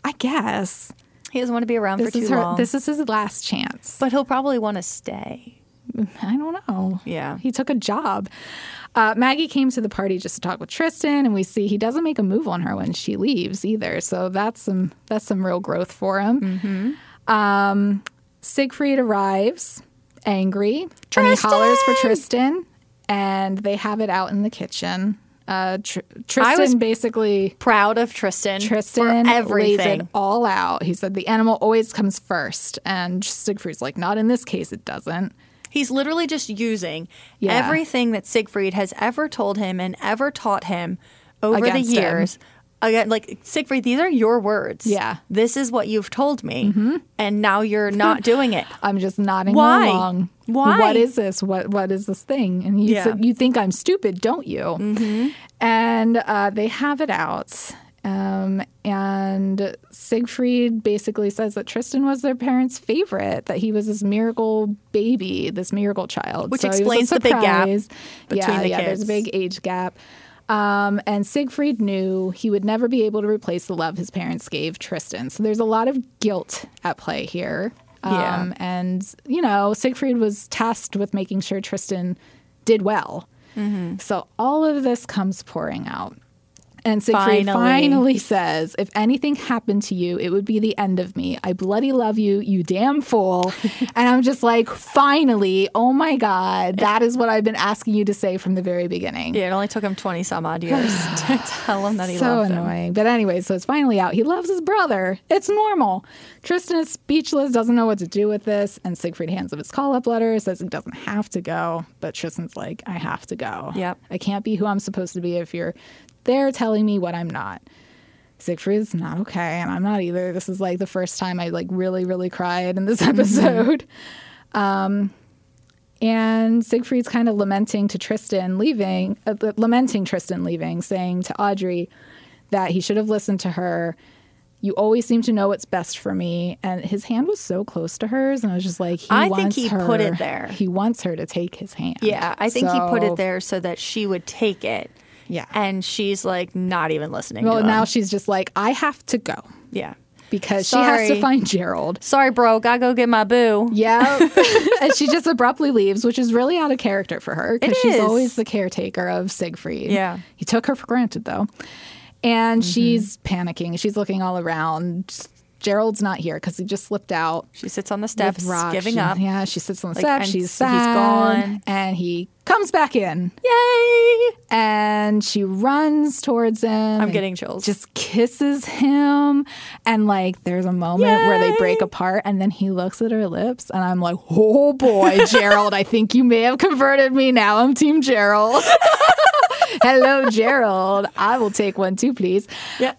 Speaker 2: I guess
Speaker 1: he doesn't want to be around
Speaker 2: this
Speaker 1: for too
Speaker 2: is her.
Speaker 1: long.
Speaker 2: This is his last chance.
Speaker 1: but he'll probably want to stay.
Speaker 2: I don't know.
Speaker 1: Yeah.
Speaker 2: He took a job. Uh, Maggie came to the party just to talk with Tristan, and we see he doesn't make a move on her when she leaves either. So that's some that's some real growth for him.
Speaker 1: Mm-hmm.
Speaker 2: Um, Siegfried arrives angry, and he hollers for Tristan, and they have it out in the kitchen. Uh, tr- Tristan
Speaker 1: was-
Speaker 2: basically
Speaker 1: Proud of Tristan.
Speaker 2: Tristan
Speaker 1: for
Speaker 2: lays it
Speaker 1: everything.
Speaker 2: all out. He said the animal always comes first, and Siegfried's like, not in this case, it doesn't.
Speaker 1: He's literally just using
Speaker 2: Yeah.
Speaker 1: everything that Siegfried has ever told him and ever taught him over
Speaker 2: Against
Speaker 1: the
Speaker 2: him.
Speaker 1: years. Again, like Siegfried, these are your words.
Speaker 2: Yeah. Mm-hmm.
Speaker 1: This is what you've told me. And now
Speaker 2: [laughs]
Speaker 1: you're not doing it.
Speaker 2: I'm just nodding
Speaker 1: Why?
Speaker 2: along.
Speaker 1: Why?
Speaker 2: What is this? What What is this thing? And you
Speaker 1: Yeah. Mm-hmm.
Speaker 2: said you think I'm stupid, don't you? And uh, they have it out. Um, and Siegfried basically says that Tristan was their parents' favorite, that he was this miracle baby, this miracle child.
Speaker 1: Which
Speaker 2: So he was a
Speaker 1: explains the big gap
Speaker 2: surprise.
Speaker 1: between
Speaker 2: yeah,
Speaker 1: the
Speaker 2: yeah, There's
Speaker 1: kids.
Speaker 2: a big age gap. Um, and Siegfried knew he would never be able to replace the love his parents gave Tristan. So there's a lot of guilt at play here.
Speaker 1: Yeah.
Speaker 2: Um, and, you know, Siegfried was tasked with making sure Tristan did well. So all of this comes pouring out. And Siegfried
Speaker 1: Finally.
Speaker 2: finally. says, If anything happened to you, it would be the end of me. I bloody love you, you
Speaker 1: [laughs]
Speaker 2: damn fool. and I'm just like, Finally, oh my God, that is what I've been asking you to say from the very beginning.
Speaker 1: Yeah, it only took him 20 some odd
Speaker 2: [sighs]
Speaker 1: years [laughs] to tell him that he
Speaker 2: so
Speaker 1: loved him.
Speaker 2: annoying. But anyway, so it's finally out. He loves his brother. It's normal. Tristan is speechless, doesn't know what to do with this, and Siegfried hands him his call-up letter, says he doesn't have to go, but Tristan's like, I have to go.
Speaker 1: Yep.
Speaker 2: I can't be who I'm supposed to be if you're there telling me what I'm not. Siegfried's not okay, and I'm not either. This is like the first time I like really, really cried in this [laughs] episode. Um, And Siegfried's kind of lamenting to Tristan leaving, uh, l- lamenting Tristan leaving, saying to Audrey that he should have listened to her. You always seem to know what's best for me. And his hand was so close to hers, and I was just like, he
Speaker 1: I think
Speaker 2: wants
Speaker 1: he
Speaker 2: her-
Speaker 1: put it there.
Speaker 2: He wants her to take his hand.
Speaker 1: Yeah, I think he put
Speaker 2: So-
Speaker 1: it there so that she would take it.
Speaker 2: Yeah.
Speaker 1: And she's like not even listening to
Speaker 2: Well,
Speaker 1: him.
Speaker 2: now she's just like, I have to go
Speaker 1: yeah.
Speaker 2: because she has
Speaker 1: Sorry.
Speaker 2: to find Gerald.
Speaker 1: Sorry, bro. Gotta go get my boo. [laughs]
Speaker 2: Yeah. and she just abruptly leaves, which is really out of character for her because
Speaker 1: It
Speaker 2: she's
Speaker 1: is.
Speaker 2: always the caretaker of Siegfried.
Speaker 1: Yeah. Mm-hmm.
Speaker 2: He took her for granted, though. And she's panicking. She's looking all around. Gerald's not here because he just slipped out.
Speaker 1: She sits on the
Speaker 2: with
Speaker 1: steps,
Speaker 2: Rock.
Speaker 1: giving
Speaker 2: She-
Speaker 1: up.
Speaker 2: Yeah, she sits on the
Speaker 1: Like,
Speaker 2: steps.
Speaker 1: and
Speaker 2: She's
Speaker 1: so he's
Speaker 2: sad.
Speaker 1: gone.
Speaker 2: And he comes back in.
Speaker 1: Yay!
Speaker 2: And she runs towards him. and
Speaker 1: getting chills.
Speaker 2: Just kisses him. And like there's a moment where they break apart and then he looks at her lips and I'm like, oh
Speaker 1: [laughs]
Speaker 2: boy, Gerald, I think you may have converted me now. I'm Team Gerald. [laughs] Hello, Gerald. I will take one too, please.
Speaker 1: [laughs] Yeah.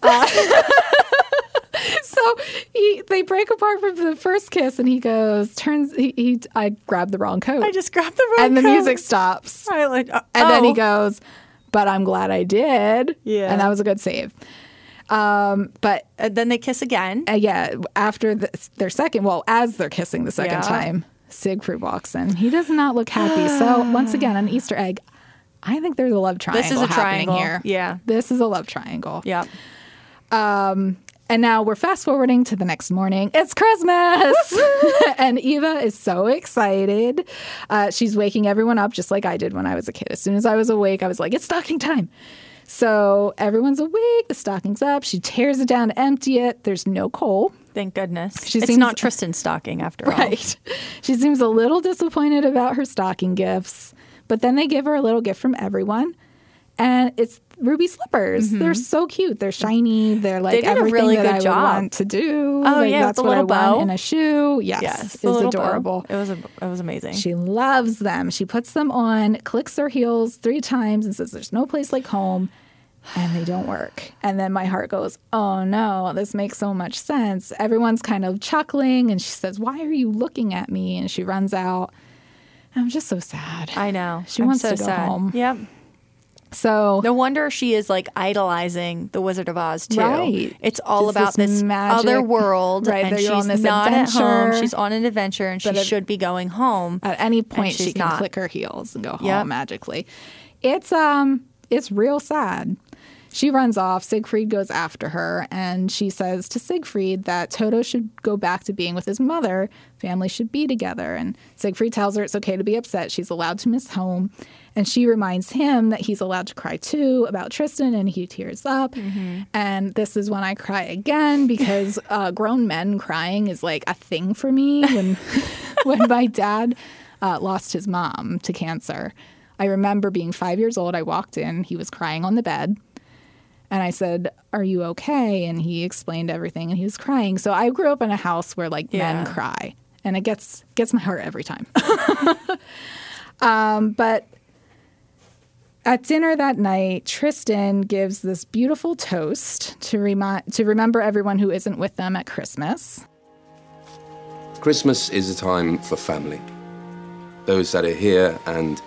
Speaker 2: So he, they break apart from the first kiss, and he goes, turns. He, he I grabbed the wrong coat,
Speaker 1: I just grabbed the wrong
Speaker 2: and the
Speaker 1: coat.
Speaker 2: music stops.
Speaker 1: [laughs] I like, uh,
Speaker 2: And then he
Speaker 1: oh.
Speaker 2: goes, but I'm glad I did.
Speaker 1: Yeah.
Speaker 2: And that was a good save. Um, but
Speaker 1: And then they kiss again.
Speaker 2: uh, yeah, after the, their second, well, as they're kissing the second
Speaker 1: Yeah.
Speaker 2: time, Siegfried walks in. He does not look happy.
Speaker 1: [gasps]
Speaker 2: so once again, an Easter egg. I think there's a love triangle.
Speaker 1: is a
Speaker 2: happening
Speaker 1: triangle.
Speaker 2: here.
Speaker 1: Yeah.
Speaker 2: This is a love triangle.
Speaker 1: Yeah.
Speaker 2: And now we're fast forwarding to the next morning. It's Christmas! [laughs] and Eva is so excited. Uh, she's waking everyone up just like I did when I was a kid. As soon as I was awake, I was like, it's stocking time. So everyone's awake, the stocking's up. She tears it down to empty it. There's no coal.
Speaker 1: Thank goodness.
Speaker 2: She
Speaker 1: it's
Speaker 2: seems-
Speaker 1: not Tristan's stocking after all.
Speaker 2: Right. [laughs] She seems a little disappointed about her stocking gifts, but then they give her a little gift from everyone. And it's ruby slippers. They're so cute. They're shiny. They're like
Speaker 1: Mm-hmm. did a
Speaker 2: everything
Speaker 1: really
Speaker 2: that
Speaker 1: good
Speaker 2: I would
Speaker 1: job.
Speaker 2: want to do.
Speaker 1: Oh,
Speaker 2: Like,
Speaker 1: yeah, with
Speaker 2: that's
Speaker 1: the
Speaker 2: what I
Speaker 1: little bow.
Speaker 2: want in a shoe.
Speaker 1: [laughs]
Speaker 2: Yes,
Speaker 1: Yes.
Speaker 2: it's
Speaker 1: the little bow.
Speaker 2: adorable.
Speaker 1: It was a, it was amazing.
Speaker 2: She loves them. She puts them on, clicks her heels three times, and says, There's no place like home. And they don't work. And then my heart goes, Oh no, this makes so much sense. Everyone's kind of chuckling. And she says, Why are you looking at me? And she runs out. I'm just so sad.
Speaker 1: I know.
Speaker 2: She
Speaker 1: I'm
Speaker 2: wants
Speaker 1: so
Speaker 2: to go
Speaker 1: sad.
Speaker 2: home.
Speaker 1: Yep.
Speaker 2: So
Speaker 1: No wonder she is like idolizing the Wizard of Oz too.
Speaker 2: Right.
Speaker 1: It's all
Speaker 2: Just
Speaker 1: about
Speaker 2: this
Speaker 1: this,
Speaker 2: magic-
Speaker 1: other world,
Speaker 2: Right,
Speaker 1: And
Speaker 2: that you're on
Speaker 1: she's
Speaker 2: this
Speaker 1: not at
Speaker 2: adventure.
Speaker 1: home. She's on an adventure, and she
Speaker 2: But it-
Speaker 1: should be going home.
Speaker 2: at any point she
Speaker 1: she's
Speaker 2: can
Speaker 1: not.
Speaker 2: click her heels and go home
Speaker 1: Yep.
Speaker 2: magically. It's um it's real sad. She runs off, Siegfried goes after her, and she says to Siegfried that Toto should go back to being with his mother. Families should be together. And Siegfried tells her it's okay to be upset. She's allowed to miss home. And she reminds him that he's allowed to cry too about Tristan, and he tears up. And this is when I cry again because uh, grown men crying is like a thing for me. When [laughs] when my dad uh, lost his mom to cancer, I remember being five years old. I walked in, he was crying on the bed. And I said, Are you okay? And he explained everything and he was crying. So I grew up in a house where like
Speaker 1: Yeah.
Speaker 2: men cry. And it gets gets my heart every time. [laughs] um, but at dinner that night, Tristan gives this beautiful toast to remind to remember everyone who isn't with them at Christmas.
Speaker 5: Christmas is a time for family. Those that are here and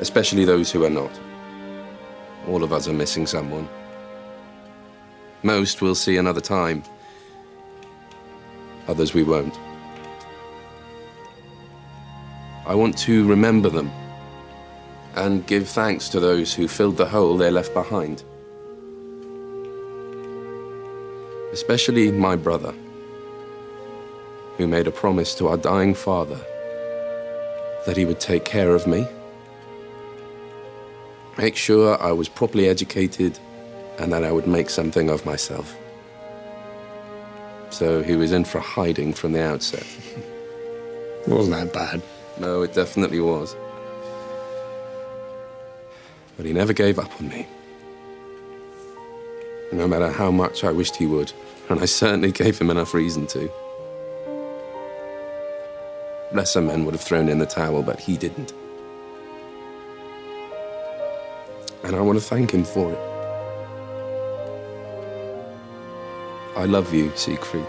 Speaker 5: especially those who are not. All of us are missing someone. Most we'll see another time, others we won't. I want to remember them and give thanks to those who filled the hole they left behind. Especially my brother who made a promise to our dying father that he would take care of me, make sure I was properly educated, and that I would make something of myself. So he was in for hiding from the outset.
Speaker 4: It wasn't that bad.
Speaker 5: No, it definitely was. But he never gave up on me. No matter how much I wished he would, and I certainly gave him enough reason to. Lesser men would have thrown in the towel, but he didn't. And I want to thank him for it. I love you, Siegfried.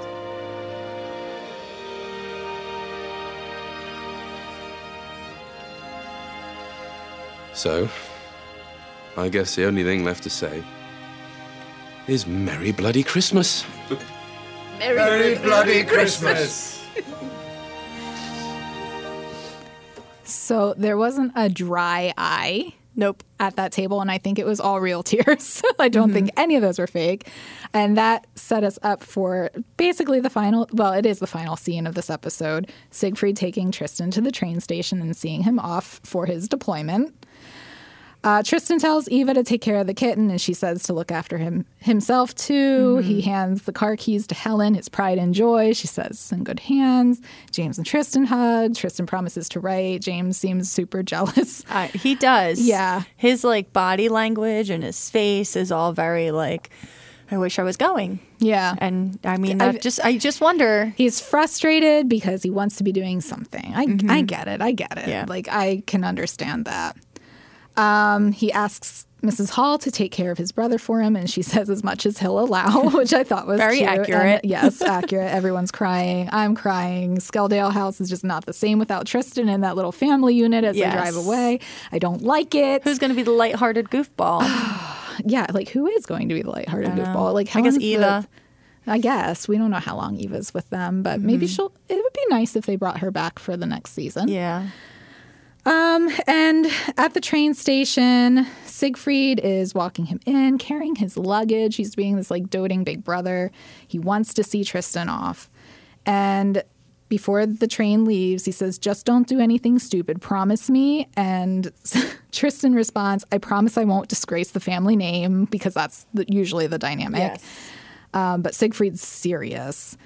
Speaker 5: So, I guess the only thing left to say is Merry Bloody Christmas.
Speaker 2: So there wasn't a dry eye
Speaker 1: Nope.
Speaker 2: at that table, and I think it was all real tears. [laughs] I don't think any of those were fake. And that set us up for basically the final well, it is the final scene of this episode Siegfried taking Tristan to the train station and seeing him off for his deployment. Uh, Tristan tells Eva to take care of the kitten, and she says to look after him himself too. He hands the car keys to Helen, his pride and joy. She says, "It's "In good hands." James and Tristan hug. Tristan promises to write. James seems super [laughs] jealous.
Speaker 1: I, he does.
Speaker 2: Yeah.
Speaker 1: His like body language and his face is all very like, I wish I was going.
Speaker 2: Yeah,
Speaker 1: And I mean,
Speaker 2: I've-
Speaker 1: that just I just wonder.
Speaker 2: he's frustrated because he wants to be doing something. I, I get it. I get it.
Speaker 1: Mm-hmm. Yeah.
Speaker 2: Like, I can understand that. Um, he asks Mrs. Hall to take care of his brother for him, and she [laughs] says as much as
Speaker 1: [laughs]
Speaker 2: he'll allow, which I thought was
Speaker 1: Very
Speaker 2: cute. And,
Speaker 1: accurate. [laughs]
Speaker 2: yes, accurate. Everyone's crying. I'm crying. Skeldale House is just not the same without Tristan and that little family unit as
Speaker 1: Yes.
Speaker 2: they drive away. I don't like it.
Speaker 1: Who's going to be the lighthearted
Speaker 2: [sighs]
Speaker 1: goofball?
Speaker 2: yeah, like who is going to be the lighthearted goofball? Like
Speaker 1: I guess
Speaker 2: Helen's the-
Speaker 1: Eva.
Speaker 2: I guess we don't know how long Eva's with them, but
Speaker 1: Mm-hmm.
Speaker 2: maybe she'll. It would be nice if they brought her back for the next season.
Speaker 1: yeah.
Speaker 2: And at the train station, Siegfried is walking him in, carrying his luggage. He's being this like doting big brother. He wants to see Tristan off. And before the train leaves, he says, Just don't do anything stupid. Promise me. And [laughs] Tristan responds, I promise I won't disgrace the family name because that's the, usually the dynamic. Um, but Siegfried's serious.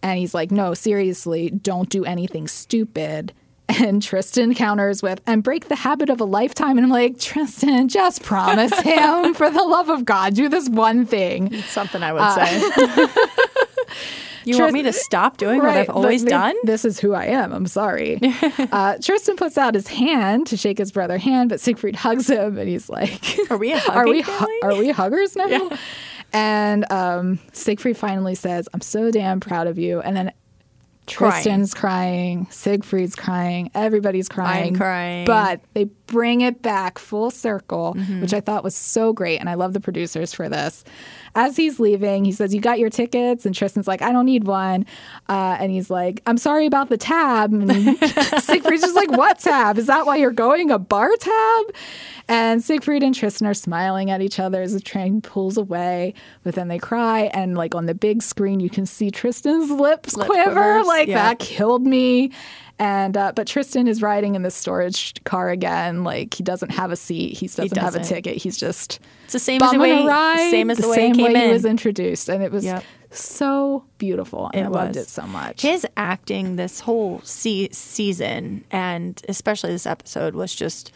Speaker 2: And he's like, no, seriously, don't do anything stupid. [laughs] And Tristan counters with, and break the habit of a lifetime. And I'm like, Tristan, just promise
Speaker 1: [laughs]
Speaker 2: him, for the love of God, do this one thing.
Speaker 1: Something I would say. Uh, [laughs] you want me to stop doing what I've
Speaker 2: but
Speaker 1: always
Speaker 2: th- [laughs]
Speaker 1: done?
Speaker 2: This is who I am.
Speaker 1: [laughs]
Speaker 2: I'm sorry. uh, Tristan puts out his hand to shake his brother hand, but Siegfried hugs him and he's like,
Speaker 1: Are we a
Speaker 2: are
Speaker 1: hugging
Speaker 2: we hu-
Speaker 1: family?
Speaker 2: are we huggers now? And um, Siegfried finally says, "I'm so damn proud of you." And then
Speaker 1: Crying.
Speaker 2: Tristan's crying, Siegfried's crying, everybody's crying.
Speaker 1: crying. Mm-hmm.
Speaker 2: But they bring it back full circle, which I thought was so great. And I love the producers for this. As he's leaving, he says, You got your tickets? And Tristan's like, I don't need one. Uh, and he's like, I'm sorry about the tab. And [laughs] Siegfried's just like, What tab? Is that why you're going? A bar tab? And Siegfried and Tristan are smiling at each other as the train pulls away, but then they cry. And like on the big screen, you can see Tristan's lips
Speaker 1: Lip
Speaker 2: quiver.
Speaker 1: quivers,
Speaker 2: Like
Speaker 1: yeah.
Speaker 2: that killed me. And uh, but Tristan is riding in the storage car again. Like he doesn't have a seat. He doesn't, have a
Speaker 1: doesn't.
Speaker 2: ticket. He's just
Speaker 1: It's the same as the
Speaker 2: bumming
Speaker 1: way,
Speaker 2: a ride.
Speaker 1: same as the, way
Speaker 2: same
Speaker 1: it came
Speaker 2: way
Speaker 1: in.
Speaker 2: he was introduced, and it was
Speaker 1: Yep.
Speaker 2: so beautiful. And I loved
Speaker 1: was.
Speaker 2: it so much.
Speaker 1: His acting this whole se- season and especially this episode was just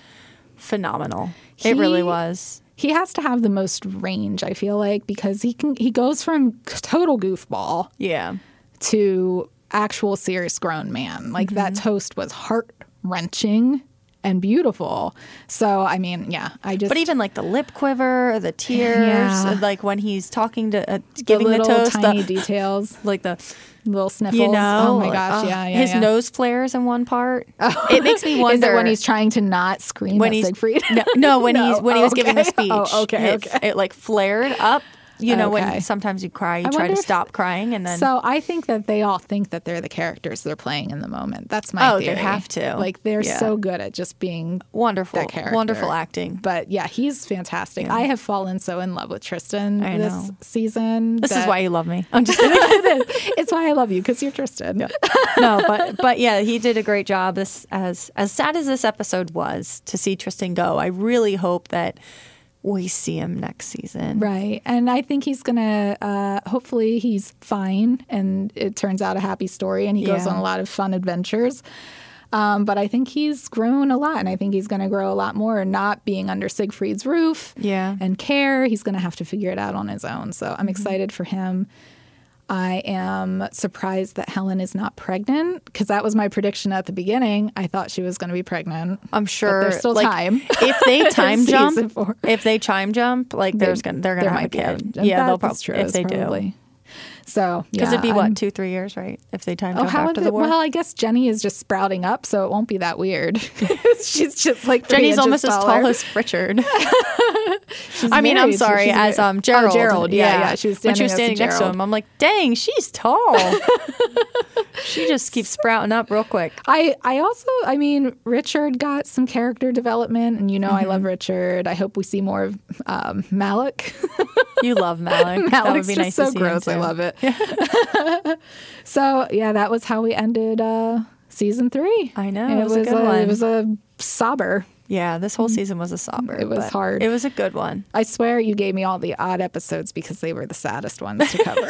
Speaker 1: phenomenal. it really
Speaker 2: He-
Speaker 1: was.
Speaker 2: he has to have the most range. I feel like because he can he goes from total goofball
Speaker 1: Yeah.
Speaker 2: to actual serious grown man. Like that
Speaker 1: Mm-hmm.
Speaker 2: toast was heart wrenching and beautiful. So I mean, yeah, I just
Speaker 1: But even like the lip quiver,
Speaker 2: [laughs]
Speaker 1: the tears,
Speaker 2: Yeah.
Speaker 1: like when he's talking to uh, giving the,
Speaker 2: little
Speaker 1: toast,
Speaker 2: tiny
Speaker 1: the,
Speaker 2: details,
Speaker 1: like the
Speaker 2: little sniffles.
Speaker 1: you know,
Speaker 2: oh my
Speaker 1: like,
Speaker 2: gosh,
Speaker 1: uh,
Speaker 2: yeah, yeah.
Speaker 1: his
Speaker 2: yeah. Oh.
Speaker 1: nose flares in one
Speaker 2: [laughs]
Speaker 1: part. It makes me
Speaker 2: Is
Speaker 1: wonder
Speaker 2: it when he's trying to not scream
Speaker 1: when
Speaker 2: at
Speaker 1: he's
Speaker 2: Siegfried? [laughs]
Speaker 1: no, no, when
Speaker 2: No.
Speaker 1: he's when he
Speaker 2: Oh,
Speaker 1: was giving the
Speaker 2: [laughs] okay.
Speaker 1: speech.
Speaker 2: Oh, okay,
Speaker 1: it,
Speaker 2: okay.
Speaker 1: it like flared up. You know,
Speaker 2: Okay.
Speaker 1: when sometimes you cry, you
Speaker 2: I
Speaker 1: try
Speaker 2: wonder
Speaker 1: to
Speaker 2: if-
Speaker 1: stop crying, and then
Speaker 2: So I think that they all think that they're the characters they're playing in the moment. That's my
Speaker 1: Oh, they
Speaker 2: theory.
Speaker 1: have to.
Speaker 2: Like they're
Speaker 1: Yeah.
Speaker 2: so good at just being
Speaker 1: wonderful,
Speaker 2: that character.
Speaker 1: wonderful acting.
Speaker 2: But yeah, he's fantastic. I have fallen so in love with Tristan
Speaker 1: I
Speaker 2: this
Speaker 1: know.
Speaker 2: season.
Speaker 1: This is
Speaker 2: that-
Speaker 1: why you love me. [laughs] I'm just
Speaker 2: [laughs] it's why I love you because you're Tristan.
Speaker 1: no, but but yeah, he did a great job. This as as sad as this episode was to see Tristan go. I really hope that we see him next season.
Speaker 2: Right. And I think he's going to, uh, hopefully, he's fine and it turns out a happy story and he goes
Speaker 1: Yeah.
Speaker 2: on a lot of fun adventures. Um, but I think he's grown a lot and I think he's going to grow a lot more and not being under Siegfried's roof
Speaker 1: Yeah. Mm-hmm.
Speaker 2: and care. He's going to have to figure it out on his own. So I'm excited for him. I am surprised that Helen is not pregnant because that was my prediction at the beginning. I thought she was going to be pregnant.
Speaker 1: I'm sure
Speaker 2: there's still
Speaker 1: like,
Speaker 2: time.
Speaker 1: if
Speaker 2: [laughs]
Speaker 1: they time
Speaker 2: Season
Speaker 1: jump.
Speaker 2: four.
Speaker 1: If they time jump, like there's gonna they're gonna
Speaker 2: There
Speaker 1: have a
Speaker 2: might be
Speaker 1: kid.
Speaker 2: a-
Speaker 1: yeah, they'll
Speaker 2: that's
Speaker 1: probably
Speaker 2: true,
Speaker 1: if
Speaker 2: it's
Speaker 1: they do
Speaker 2: probably- So
Speaker 1: because it'd be
Speaker 2: yeah,
Speaker 1: what
Speaker 2: I'm-
Speaker 1: two three years, right? If they time
Speaker 2: Oh,
Speaker 1: jump
Speaker 2: how
Speaker 1: after
Speaker 2: would
Speaker 1: the
Speaker 2: it?
Speaker 1: war.
Speaker 2: Well, I guess Jenny is just sprouting up, so it won't be that weird. [laughs] She's just like three
Speaker 1: Jenny's
Speaker 2: inches
Speaker 1: almost as
Speaker 2: taller.
Speaker 1: tall as Richard.
Speaker 2: She's
Speaker 1: I mean, I'm
Speaker 2: married, so
Speaker 1: sorry,
Speaker 2: she's
Speaker 1: as
Speaker 2: mar-
Speaker 1: um Gerald.
Speaker 2: Oh, Gerald, yeah, yeah. She was standing,
Speaker 1: when she was standing next to
Speaker 2: Gerald.
Speaker 1: him. I'm like, dang, she's
Speaker 2: [laughs]
Speaker 1: tall. she just keeps sprouting up real quick.
Speaker 2: I, I also, I mean, Richard got some character development, and you know, I
Speaker 1: Mm-hmm.
Speaker 2: love Richard. I hope we see more of um, Malik.
Speaker 1: You
Speaker 2: [laughs]
Speaker 1: love Malik. [laughs] that would
Speaker 2: Malik's
Speaker 1: be
Speaker 2: just
Speaker 1: nice
Speaker 2: so
Speaker 1: to see him,
Speaker 2: gross. I
Speaker 1: too.
Speaker 2: love it. [laughs] so yeah, that was how we ended uh, season three.
Speaker 1: I know,
Speaker 2: And
Speaker 1: it was a good one.
Speaker 2: It was a sobber.
Speaker 1: Yeah, this whole season was a sobber.
Speaker 2: Mm-hmm. It was
Speaker 1: but
Speaker 2: hard.
Speaker 1: It was a good one.
Speaker 2: I swear you gave me all the odd episodes because they were the saddest ones
Speaker 1: [laughs]
Speaker 2: to cover.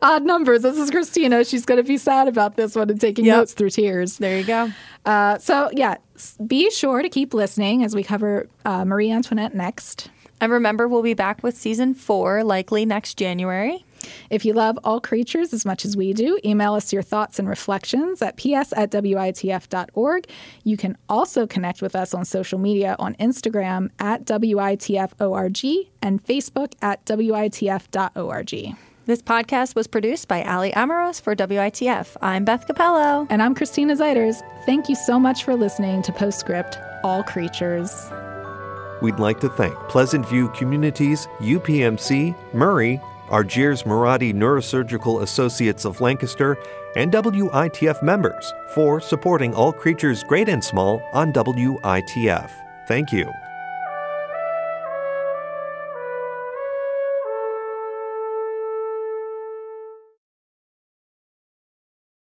Speaker 2: odd numbers. This is Christina. She's going to be sad about this one and taking
Speaker 1: Yep.
Speaker 2: notes through tears.
Speaker 1: There you go.
Speaker 2: Uh, so, yeah, s- be sure to keep listening as we cover uh, Marie Antoinette next.
Speaker 1: And remember, we'll be back with season four, likely next January.
Speaker 2: If you love all creatures as much as we do, email us your thoughts and reflections at ps at witf.org. You can also connect with us on social media on Instagram at witforg and Facebook at witf.org.
Speaker 1: This podcast was produced by Ali Amaros for WITF. I'm Beth Capello.
Speaker 2: And I'm Christina Zeiders. Thank you so much for listening to Postscript All Creatures.
Speaker 3: We'd like to thank Pleasant View Communities, UPMC, Murray, Argiers Marathi Neurosurgical Associates of Lancaster, and WITF members for supporting all creatures great and small on WITF. Thank you.